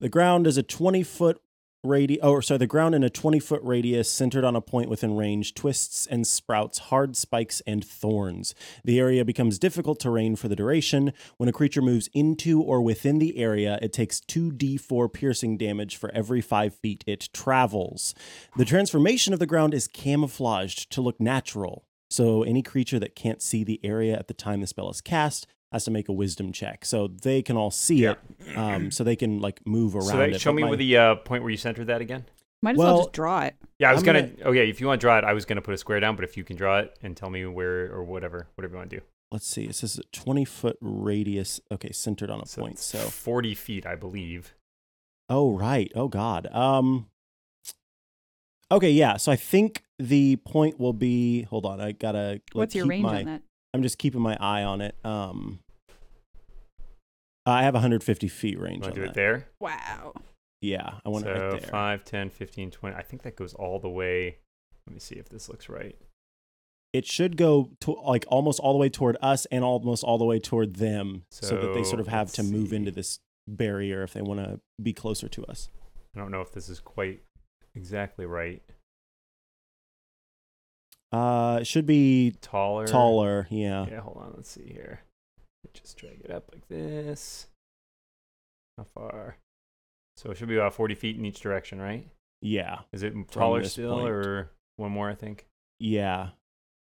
The ground is a 20 foot radius, oh, or sorry, the ground in a 20 foot radius centered on a point within range twists and sprouts hard spikes and thorns. The area becomes difficult terrain for the duration. When a creature moves into or within the area, it takes 2d4 piercing damage for every 5 feet it travels. The transformation of the ground is camouflaged to look natural. So any creature that can't see the area at the time the spell is cast has to make a wisdom check. So they can all see
Yeah.
it. Um, so they can like move around.
So that-
it.
show
But
me
my-
with the uh, point where you centered that again.
Might as well,
Well-
just draw it.
Yeah, I was
I'm
gonna. Okay, if you want to draw it, I was gonna put a square down. But if you can draw it and tell me where or whatever, whatever you want to do.
let's see. It says a 20 foot radius. Okay, centered on a point.
it's
So
40 feet, I believe.
Oh right. Oh god. Um Okay, yeah. So I think the point will be hold on, I gotta like,
What's your
keep
range
my-
on that?
I'm just keeping my eye on it. Um I have 150 feet
You
range
want to
on
do
that.
it there?
Wow.
Yeah, I want
so
it right there.
5, 10, 15, 20. I think that goes all the way. Let me see if this looks right.
It should go to like almost all the way toward us and almost all the way toward them so, that they
So,
sort of have
let's
to move
see.
into this barrier if they want to be closer to us.
I don't know if this is quite exactly right.
Uh it should be
Taller.
taller, yeah.
Yeah, hold on. Let's see here. Just drag it up like this. How far? So it should be about 40 feet in each direction, right?
Yeah.
Is it taller
this
still
point.
or one more, I think?
Yeah.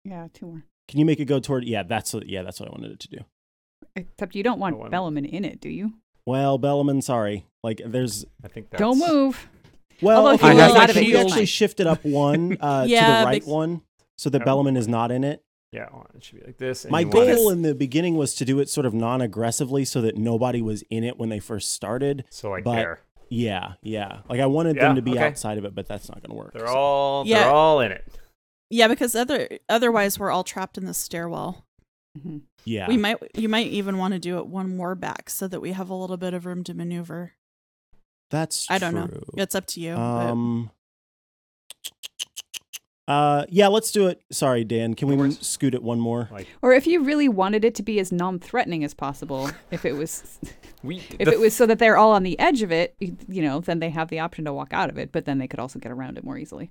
Yeah, two more.
Can you make it go toward? Yeah, that's what, yeah, that's what I wanted it to do.
Except you don't want
Oh, I'm-
Bellaman in it, do you?
Well, Bellaman, sorry. Like, there's
I think that's.
Don't move.
well,
Although if
okay,
you
we
roll
actually-
out of it,
we
you'll
actually
fine.
shifted up one uh, to
Yeah,
the right
bec-
one, so that
Oh.
Bellaman is not in it.
Yeah, hold on, it should be like this. and
My
you want it-
goal in the beginning was to do it sort of non-aggressively, so that nobody was in it when they first started.
So like
but-
there,
Yeah, yeah. Like I wanted
Yeah,
them to be
okay.
outside of it, but that's not going to work.
they're
so-
all
Yeah.
they're all in it.
Yeah, because other otherwise we're all trapped in the stairwell.
Mm-hmm.
Mhm.
yeah,
We might you might even want to do it one more back so that we have a little bit of room to maneuver.
that's
I don't know.
true.
It's up to you. but-
Um. Uh, yeah, let's do it. Sorry, Dan. Can we scoot it one more?
Like
Or if you really wanted it to be as non-threatening as possible, if it was,
we
if
the-
it was so that they're all on the edge of it, you you know, then they have the option to walk out of it, but then they could also get around it more easily.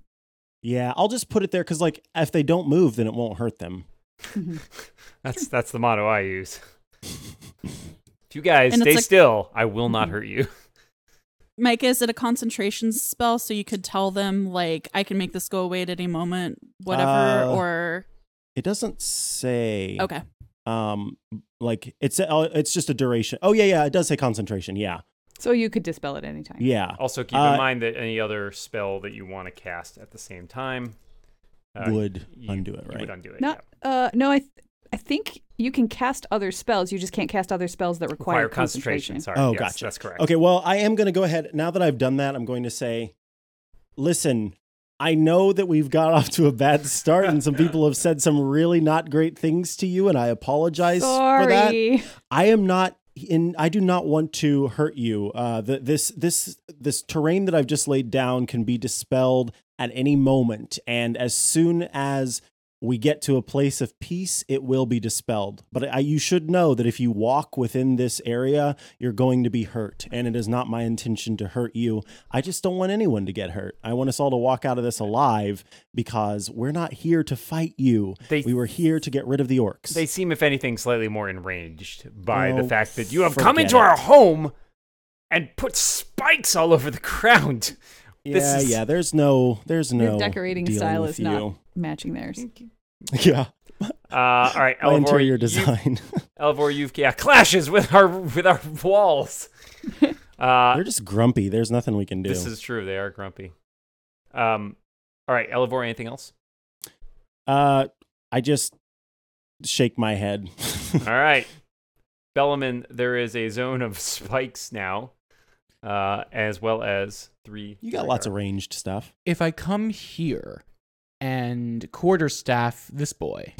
Yeah, I'll just put it there because, like, if they don't move, then it won't hurt them.
that's that's the motto I use. If you guys
And it's
stay
like-
still, I will not hurt you.
Micah, is it a concentration spell so you could tell them like I can make this go away at any moment, whatever,
Uh,
or
It doesn't say.
okay,
Um, like it's uh, it's just a duration. Oh yeah, yeah. It does say concentration. Yeah,
So you could dispel it anytime.
yeah.
Also keep
Uh,
in mind that any other spell that you want to cast at the same time uh,
Would
you-
undo it,
you would
right?
undo it.
Not, uh, no, I, th- I think you can cast other spells. You just can't cast other spells that require,
Require concentration. Sorry.
Oh,
yes,
gotcha.
That's correct.
Okay. Well, I am going to go ahead now that I've done that. I'm going to say, listen. I know that we've got off to a bad start, and some people have said some really not great things to you, and I apologize for that.
Sorry.
I am not in. I do not want to hurt you. Uh, the, this this this terrain that I've just laid down can be dispelled at any moment, and as soon as we get to a place of peace, it will be dispelled. But I, you should know that if you walk within this area, you're going to be hurt, and it is not my intention to hurt you. I just don't want anyone to get hurt. I want us all to walk out of this alive because we're not here to fight you.
They-
we were here to get rid of the orcs.
They seem, if anything, slightly more enraged by the
Oh,
fact that you have come
forget
into
it.
our home and put spikes all over the ground. This
yeah,
is-
yeah. There's no, there's
Your
no
decorating
dealing
style
with
is
you.
not matching theirs.
Yeah,
Uh, all right,
my
Elvor,
interior
you-
design.
Elvor, you've yeah clashes with our with our walls. Uh,
They're just grumpy. There's nothing we can do.
this is true. They are grumpy. Um, all right, Elvor, anything else?
uh, I just shake my head.
All right, Bellaman, there is a zone of spikes now, uh, as well as three.
you got lots of ranged stuff.
If I come here and quarterstaff this boy,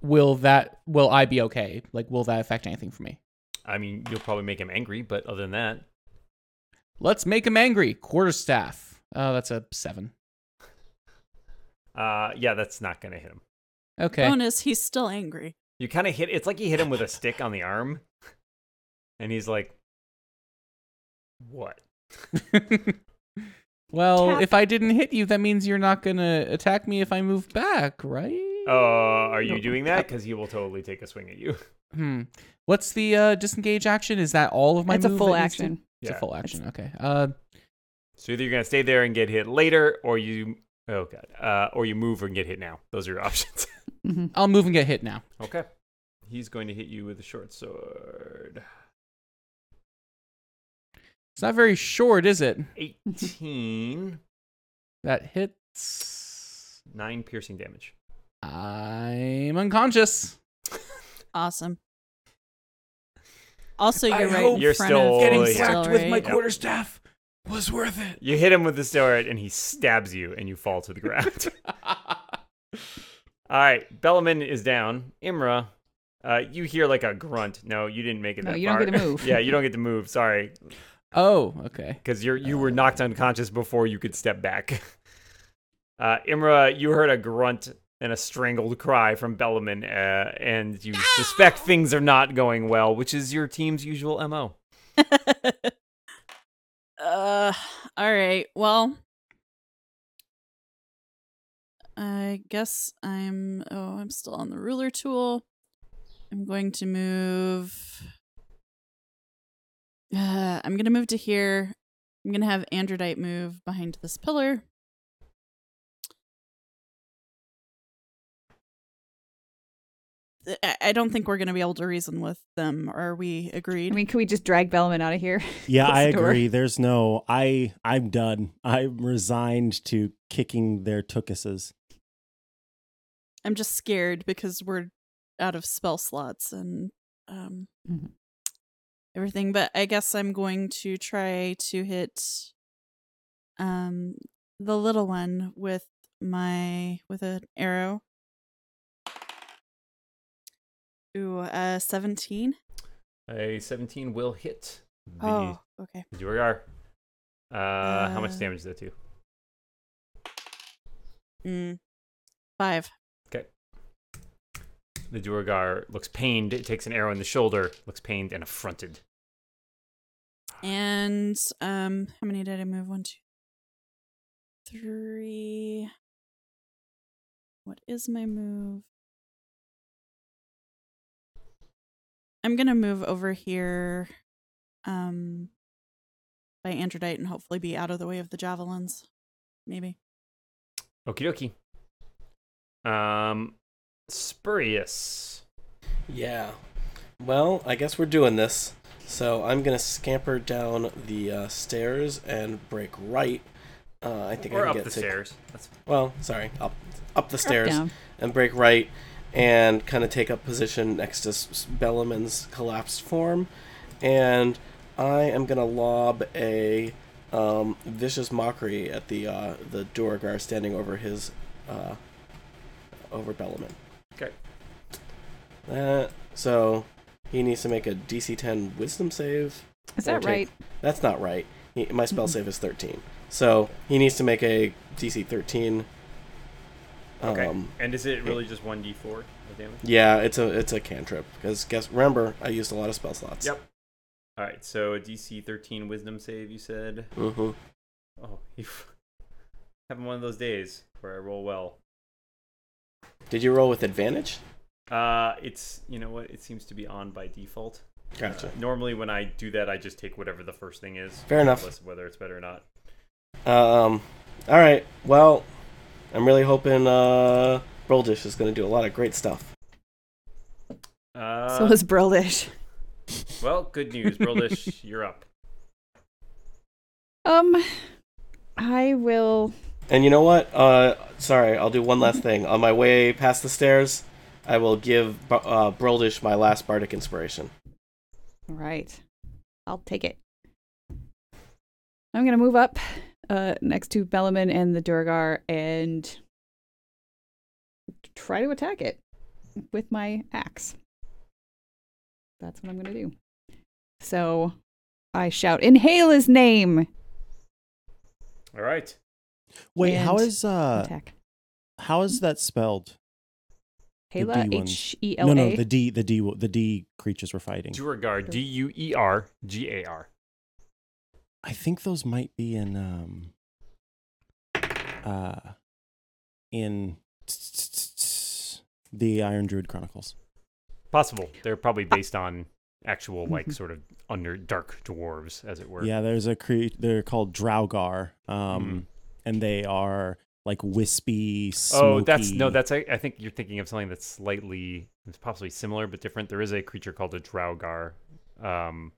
will that will I be okay? Like, will that affect anything for me?
I mean, you'll probably make him angry, but other than that,
Let's make him angry. Quarterstaff. Oh, that's a seven.
Uh, yeah, that's not gonna hit him.
Okay.
bonus, he's still angry.
You kind of hit. It's like you hit him with a stick on the arm, and he's like, "What?"
well,
Tap.
if I didn't hit you, that means you're not gonna attack me if I move back, right?
Uh, are you
No.
doing that? Because he will totally take a swing at you.
Hmm. What's the uh, disengage action? Is that all of my?
That's a
move
full
that needs to-
action.
It's
Yeah.
a full action. Okay. Uh,
So either you're gonna stay there and get hit later, or you, oh god, uh, or you move and get hit now. Those are your options.
hmm
I'll move and get hit now.
okay. He's going to hit you with a short sword.
It's not very short, is it?
18,
That hits.
9 piercing damage.
I'm unconscious.
Awesome. Also, you're
I
right.
hope
in
You're
front
still-
of
Getting
Getting
Still,
whacked
whacked with my
right?
quarterstaff was worth it.
You hit him with the sword and he stabs you and you fall to the ground. All right, Bellaman is down. Imra, uh, you hear like a grunt. No, you didn't make it
No,
that
you don't
far.
get to move.
yeah, you don't get to move. Sorry,
oh, okay.
because you you were knocked unconscious before you could step back. Uh, Imra, you heard a grunt and a strangled cry from Bellaman, uh, and you suspect things are not going well, which is your team's usual mo.
uh, all right. Well, I guess I'm. Oh, I'm still on the ruler tool. I'm going to move. Uh, I'm going to move to here. I'm going to have Androdite move behind this pillar. I- I don't think we're going to be able to reason with them. Are we
I
agreed?
mean, can we just drag Bellman out of here?
Yeah,
Close
I
the door.
agree. There's no I I'm done. I'm resigned to kicking their tookuses.
I'm just scared because we're out of spell slots and um
Mhm.
everything. But I guess I'm going to try to hit um the little one with my with an arrow. Ooh, uh, seventeen.
A seventeen will hit. The
Oh, okay.
Duergar. Uh, how much
Uh,
damage is that to?
Mm. Five.
The Duergar looks pained. It takes an arrow in the shoulder, looks pained and affronted.
And um, how many did I move? One, two, three. What is my move? I'm gonna move over here, um, by Androdite and hopefully be out of the way of the javelins. Maybe.
Okie dokie. Um, Spurious.
Yeah. Well, I guess we're doing this. So I'm gonna scamper down the uh, stairs and break right. Uh, I think I
Or
can
up
get
the
to
stairs. That's
well, sorry, up up the stairs
down.
and break right and kind of take up position next to S- S- Bellaman's collapsed form, and I am gonna lob a um, vicious mockery at the uh, the Duragar standing over his uh, over Bellaman.
Okay.
That so he needs to make a DC 10 Wisdom save.
Is
Or
that
take-
right?
That's not right. He, my spell
Mhm.
save is 13. So he needs to make a DC 13.
okay.
Um,
and is it really just one d four of damage?
yeah, it's a it's a cantrip because guess remember I used a lot of spell slots.
Yep. All right. So a DC thirteen Wisdom save. You said.
hmm
Oh, you having one of those days where I roll well.
Did you roll with advantage?
Uh, it's you know what? It seems to be on by default. Uh,
Gotcha.
Normally, when I do that, I just take whatever the first thing is,
Fair enough.
regardless of whether it's better or not.
Um, all right. Well, I'm really hoping uh, Roldish is going to do a lot of great stuff.
Uh,
so is Brilish.
Well, good news, Brolish, you're up.
Um, I will.
And you know what? Uh, sorry, I'll do one last thing. On my way past the stairs, I will give Bo- uh, Broldish my last bardic inspiration.
All right, I'll take it. I'm gonna move up, uh, next to Bellaman and the Durgar, and try to attack it with my axe. That's what I'm gonna do. So, I shout, "Inhale his name!"
All right.
Wait, how
And
is uh
attack.
how is that spelled? the
Hela,
D ones.
H E L
No,
A.
no, the D the D the D creatures were fighting.
Duergar, D U E R G A R.
I think those might be in um uh in the Iron Druid Chronicles.
Possible. They're probably
Ah.
based on actual, like,
Mhm.
sort of under dark dwarves, as it were.
Yeah, there's a cre- they're called Draugar.
Mm-hmm.
Um and they are like wispy smoky.
Oh, that's no. That's I, I think you're thinking of something that's slightly, it's possibly similar but different. There is a creature called a Draugar. Um,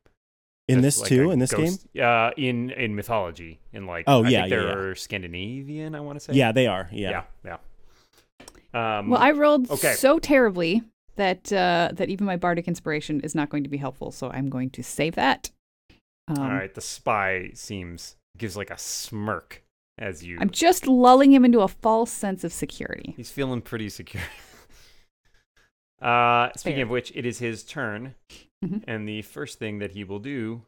in
that's
this
like
too,
a
in this game?
ghost- Uh, in in mythology, in like
Oh,
I
yeah,
think
yeah, yeah.
they're Scandinavian. I want to say
Yeah, they are. Yeah.
yeah, yeah. Um,
Well, I rolled
okay.
so terribly that uh, that even my bardic inspiration is not going to be helpful, so I'm going to save that. Um,
All right, the spy seems gives like a smirk as you.
I'm just lulling him into a false sense of security.
He's feeling pretty secure. uh, speaking
Fair.
of which, it is his turn,
Mhm.
and the first thing that he will do,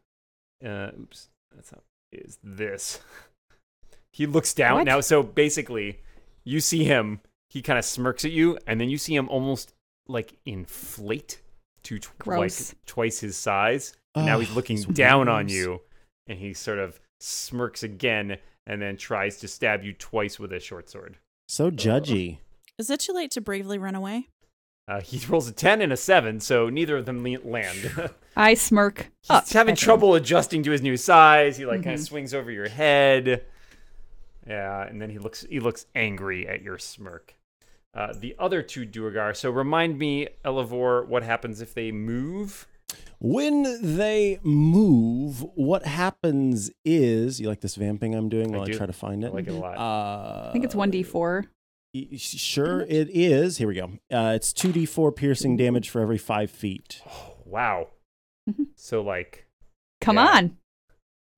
uh, oops, that's not, is this. He looks down
What?
now. So basically, you see him. He kind of smirks at you, and then you see him almost like inflate to tw- like
Gross.
twice his size. And now he's
Ugh,
looking
these
down on
worms.
you, and he sort of smirks again, and then tries to stab you twice with a short sword.
So judgy.
Is it too late to bravely run away?
Uh, he rolls a 10 and a 7, so neither of them le- land.
I smirk.
He's
up
having
at him.
trouble adjusting to his new size. He like kind of
Mhm.
swings over your head. Yeah, and then he looks he looks angry at your smirk. Uh, the other two Duergar. So remind me, Elevor, what happens if they move?
When they move, what happens is you like this vamping I'm doing
I
while I,
do.
try to find
I
it.
like
Mm-hmm.
it a lot.
Uh,
I think it's 1d4.
y- y- Sure, it is. Here we go. Uh, it's two d four piercing damage for every five feet.
oh, wow.
Mhm.
so like,
Come
Yeah.
on.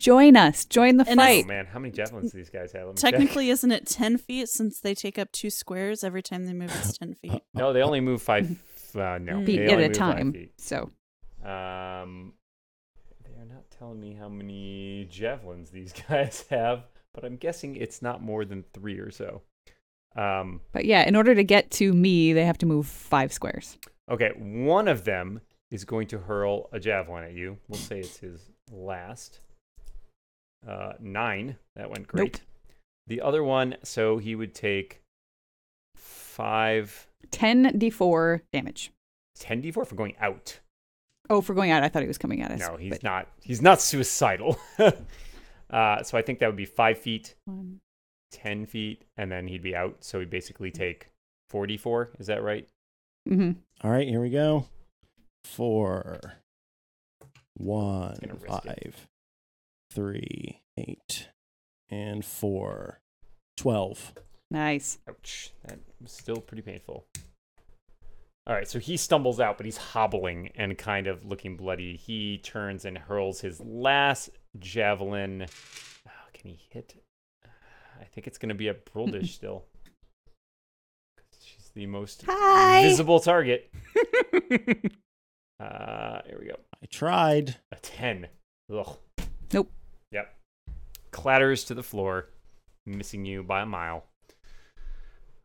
Join us. Join the
And
oh
fight.
that's-
man, how many javelins do these guys have? Let me check.
Technically, isn't it 10 feet since they take up two squares every time they move? It's 10 feet.
no, they only move five. Uh, no,
Mm.
Feet
they
at
only
a
move five
time.
feet.
So
Um, they are not telling me how many javelins these guys have, but I'm guessing it's not more than three or so. Um,
but yeah, in order to get to me, they have to move five squares.
okay, one of them is going to hurl a javelin at you. We'll say it's his last. Uh, nine. That went great.
Nope.
The other one, so he would take five,
10d4 damage.
10 d4 for going out.
Oh, for going out, I thought he was coming at us.
No, he's
but-
not. He's not suicidal. uh, so I think that would be five feet, 10 feet and then he'd be out. So he'd basically take 44. Is that right?
Mhm.
All right, here we go. Four, one,
gonna risk it.
five, three, eight, and four. Twelve.
Nice.
Ouch. That was still pretty painful. All right. So he stumbles out, but he's hobbling and kind of looking bloody. He turns and hurls his last javelin. Oh, can he hit? I think it's going to be at Bruldish still. 'Cause She's the most
Hi.
visible target. uh, here we go.
I tried.
A 10. Ugh.
Nope.
Yep. Clatters to the floor, missing you by a mile.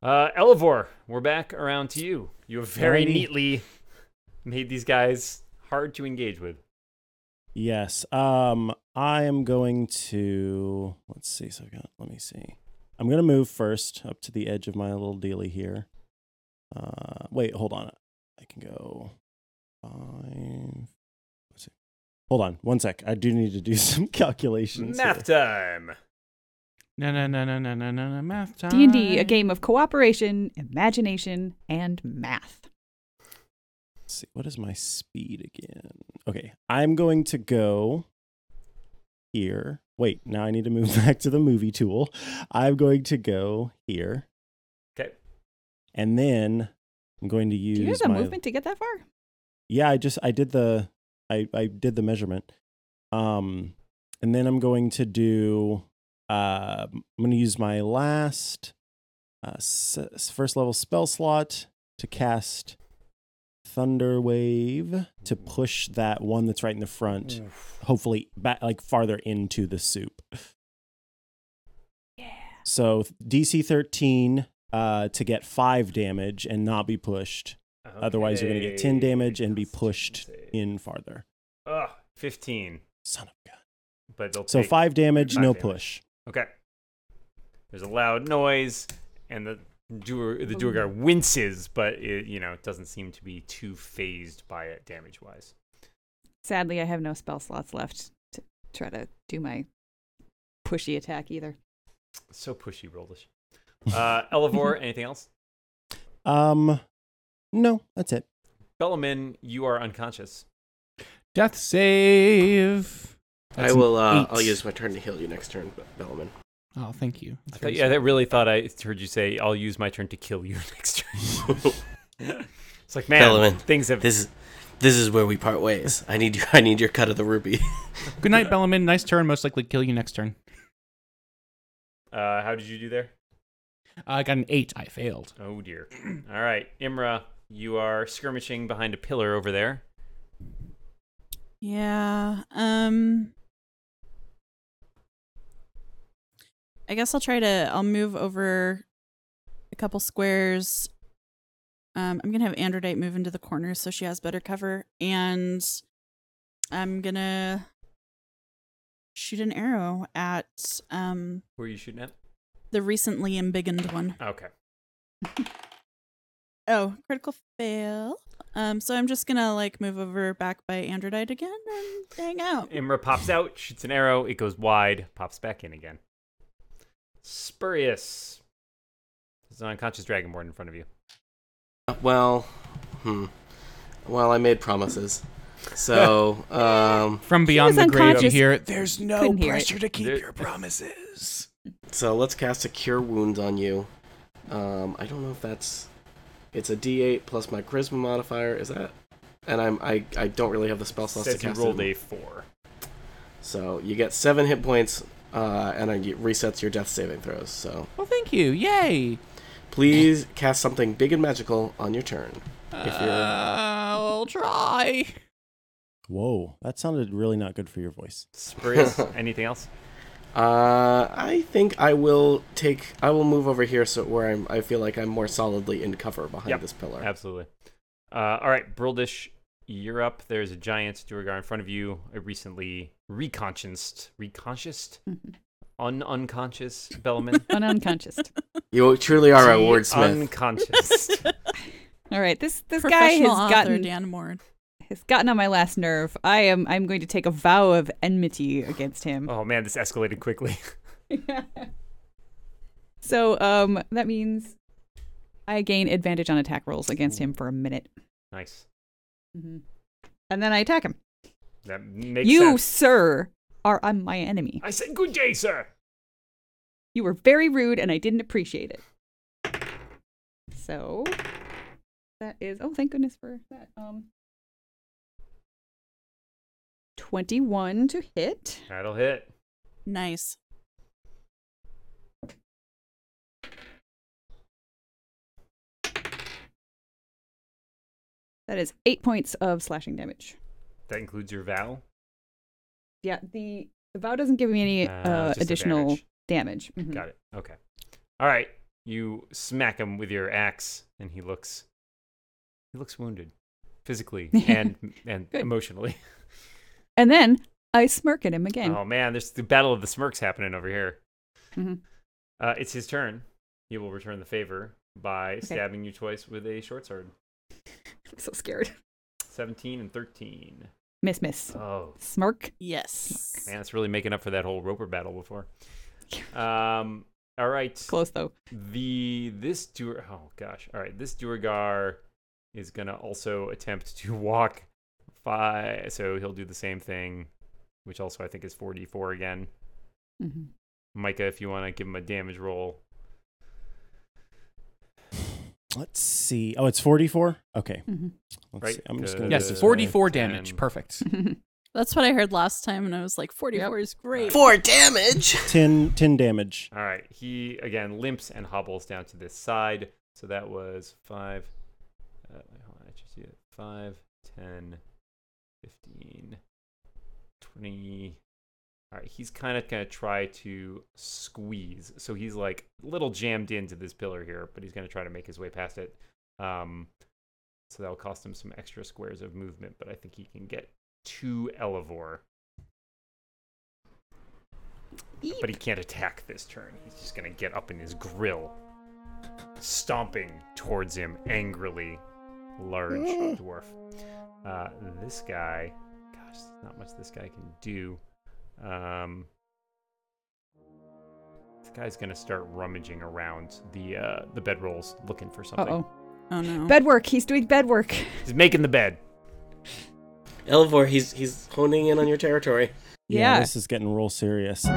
Uh, Elevor, we're back around to you. You have very
Alrighty.
neatly made these guys hard to engage with.
Yes. Um, I am going to let's see. So I've got let me see. I'm gonna move first up to the edge of my little dealy here. Uh, wait, hold on. I can go five. Let's see. Hold on, one sec. I do need to do some calculations. here.
Math time.
No, no, no, no, no, no, no, no. Math time.
D&D, a game of cooperation, imagination, and math.
Let's see what is my speed again okay i'm going to go here wait now i need to move back to the movie tool i'm going to go here
Okay.
and then i'm going to use
Do you have the
my,
movement to get that far?
yeah i just i did the i i did the measurement um and then i'm going to do uh i'm going to use my last uh s- s- first level spell slot to cast thunder wave to push that one that's right in the front hopefully back like farther into the soup so dc 13 uh to get five damage and not be pushed Otherwise, you're going to get 10
Okay.
damage and be pushed
Save.
in farther.
Ugh, 15.
Son of a gun.
But they'll
So
take-
five damage,
Five
no
damage.
push.
Okay. There's a loud noise, and the doer the Duergar winces, but it you know doesn't seem to be too phased by it damage wise.
Sadly, I have no spell slots left to try to do my pushy attack either.
So pushy, Roldish. Uh, Elevor, anything else?
Um, no, that's it.
Bellamin, you are unconscious.
Death save. That's
I
an
will. Uh,
eight.
I'll use my turn to heal you next turn, but Bellman.
Oh, thank you.
I
That's
thought,
very
yeah, I
sweet.
really thought I heard you say, "I'll use my turn to kill you next turn." It's like, man,
Fellow in.
things have.
This is this is where we part ways. I need you. I need your cut of the rupee.
Good night, Bellamin. Nice turn. Most likely kill you next turn.
Uh, how did you do there?
Uh, I got an eight. I failed.
Oh dear. All right, Imra, you are skirmishing behind a pillar over there.
Yeah. Um I guess I'll try to I'll move over a couple squares. Um I'm going to have Androdite move into the corner so she has better cover and I'm going to shoot an arrow at um
Who are you shooting at?
the recently embiggened one.
Okay.
Oh, critical fail. Um so I'm just going to like move over back by Androdite again and hang out.
Imra pops out, shoots an arrow, it goes wide, pops back in again. Spurious. There's an unconscious dragonborn in front of you.
well, hmm. Well, I made promises. So, um,
From beyond
was
the grave, you
unconscious.
hear there's no
Couldn't hear it.
pressure to keep
There-
your promises.
so let's cast a cure wound on you. Um, I don't know if that's. It's a D8 plus my charisma modifier. Is that? And I'm I I don't really have the spell slots to
Says you
cast
rolled
it.
a four.
So you get seven hit points, uh, and it resets your death saving throws. So
Well, thank you. Yay.
please cast something big and magical on your turn. If you're-
I'll try.
Whoa, that sounded really not good for your voice.
Spurious. Anything else?
Uh, I think I will take. I will move over here so where I'm. I feel like I'm more solidly in cover behind
Yep.
this pillar.
Absolutely. Uh, all right, Brildish, you're up. There's a giant Duergar in front of you, a recently reconscienced, reconscioused,
Mm-hmm.
un unconscious Bellman.
An unconscious.
You truly are a
T-
wordsmith.
Unconscious.
All right, this this guy has
Professional author
gotten
Dan Moore.
has gotten on my last nerve. I am I'm going to take a vow of enmity against him.
oh man, this escalated quickly. Oh.
So um that means I gain advantage on attack rolls against him for a minute.
nice.
Mm-hmm.
And then I attack him.
That makes
you,
sense.
sir, are I'm my enemy.
I said good day, sir.
You were very rude and I didn't appreciate it. So that is oh thank goodness for that. Um 21 to hit.
That'll hit.
Nice.
That is 8 points of slashing damage.
That includes your vow.
Yeah, the, the vow doesn't give me any
Uh,
uh,
just
additional
advantage.
damage. Mhm.
Got it. Okay. All right. You smack him with your axe, and he looks he looks wounded, physically and and
Good.
emotionally.
And then I smirk at him again.
Oh man, there's the battle of the smirks happening over here.
Mhm.
Uh, it's his turn. He will return the favor by stabbing you twice with a short sword.
I'm so scared.
Seventeen and thirteen.
Miss, miss.
Oh
Smirk.
Yes.
man, it's really making up for that whole Roper battle before. Um. All right.
Close though.
The this Dur oh gosh. All right, this Durgar is gonna also attempt to walk five so he'll do the same thing, which also I think is four D four again.
hmm
Micah, if you wanna give him a damage roll.
Let's see. Oh, it's 44? Okay.
hmm
Let's
Right,
see. I'm just
uh,
going to
Yes,
Uh,
44
ten.
damage. Perfect.
That's what I heard last time, and I was like, 44 is great.
Four damage.
10, 10 damage.
All right, he again limps and hobbles down to this side. So that was five. Uh, wait, hold on, I should see it. Five, 10, 15, 20. All right, he's kind of going to try to squeeze. So he's like a little jammed into this pillar here, but he's going to try to make his way past it. Um, so that'll cost him some extra squares of movement, but I think he can get two Elevore. But he can't attack this turn. He's just gonna get up in his grill, stomping towards him angrily. Large dwarf. Uh, this guy, gosh, there's not much this guy can do. Um, this guy's gonna start rummaging around the uh, the bedrolls, looking for
Uh
something.
oh.
Oh, no.
Bed work. He's doing bed work.
He's making the bed.
Elvor, he's he's honing in on your territory.
Yeah.
This is getting real serious.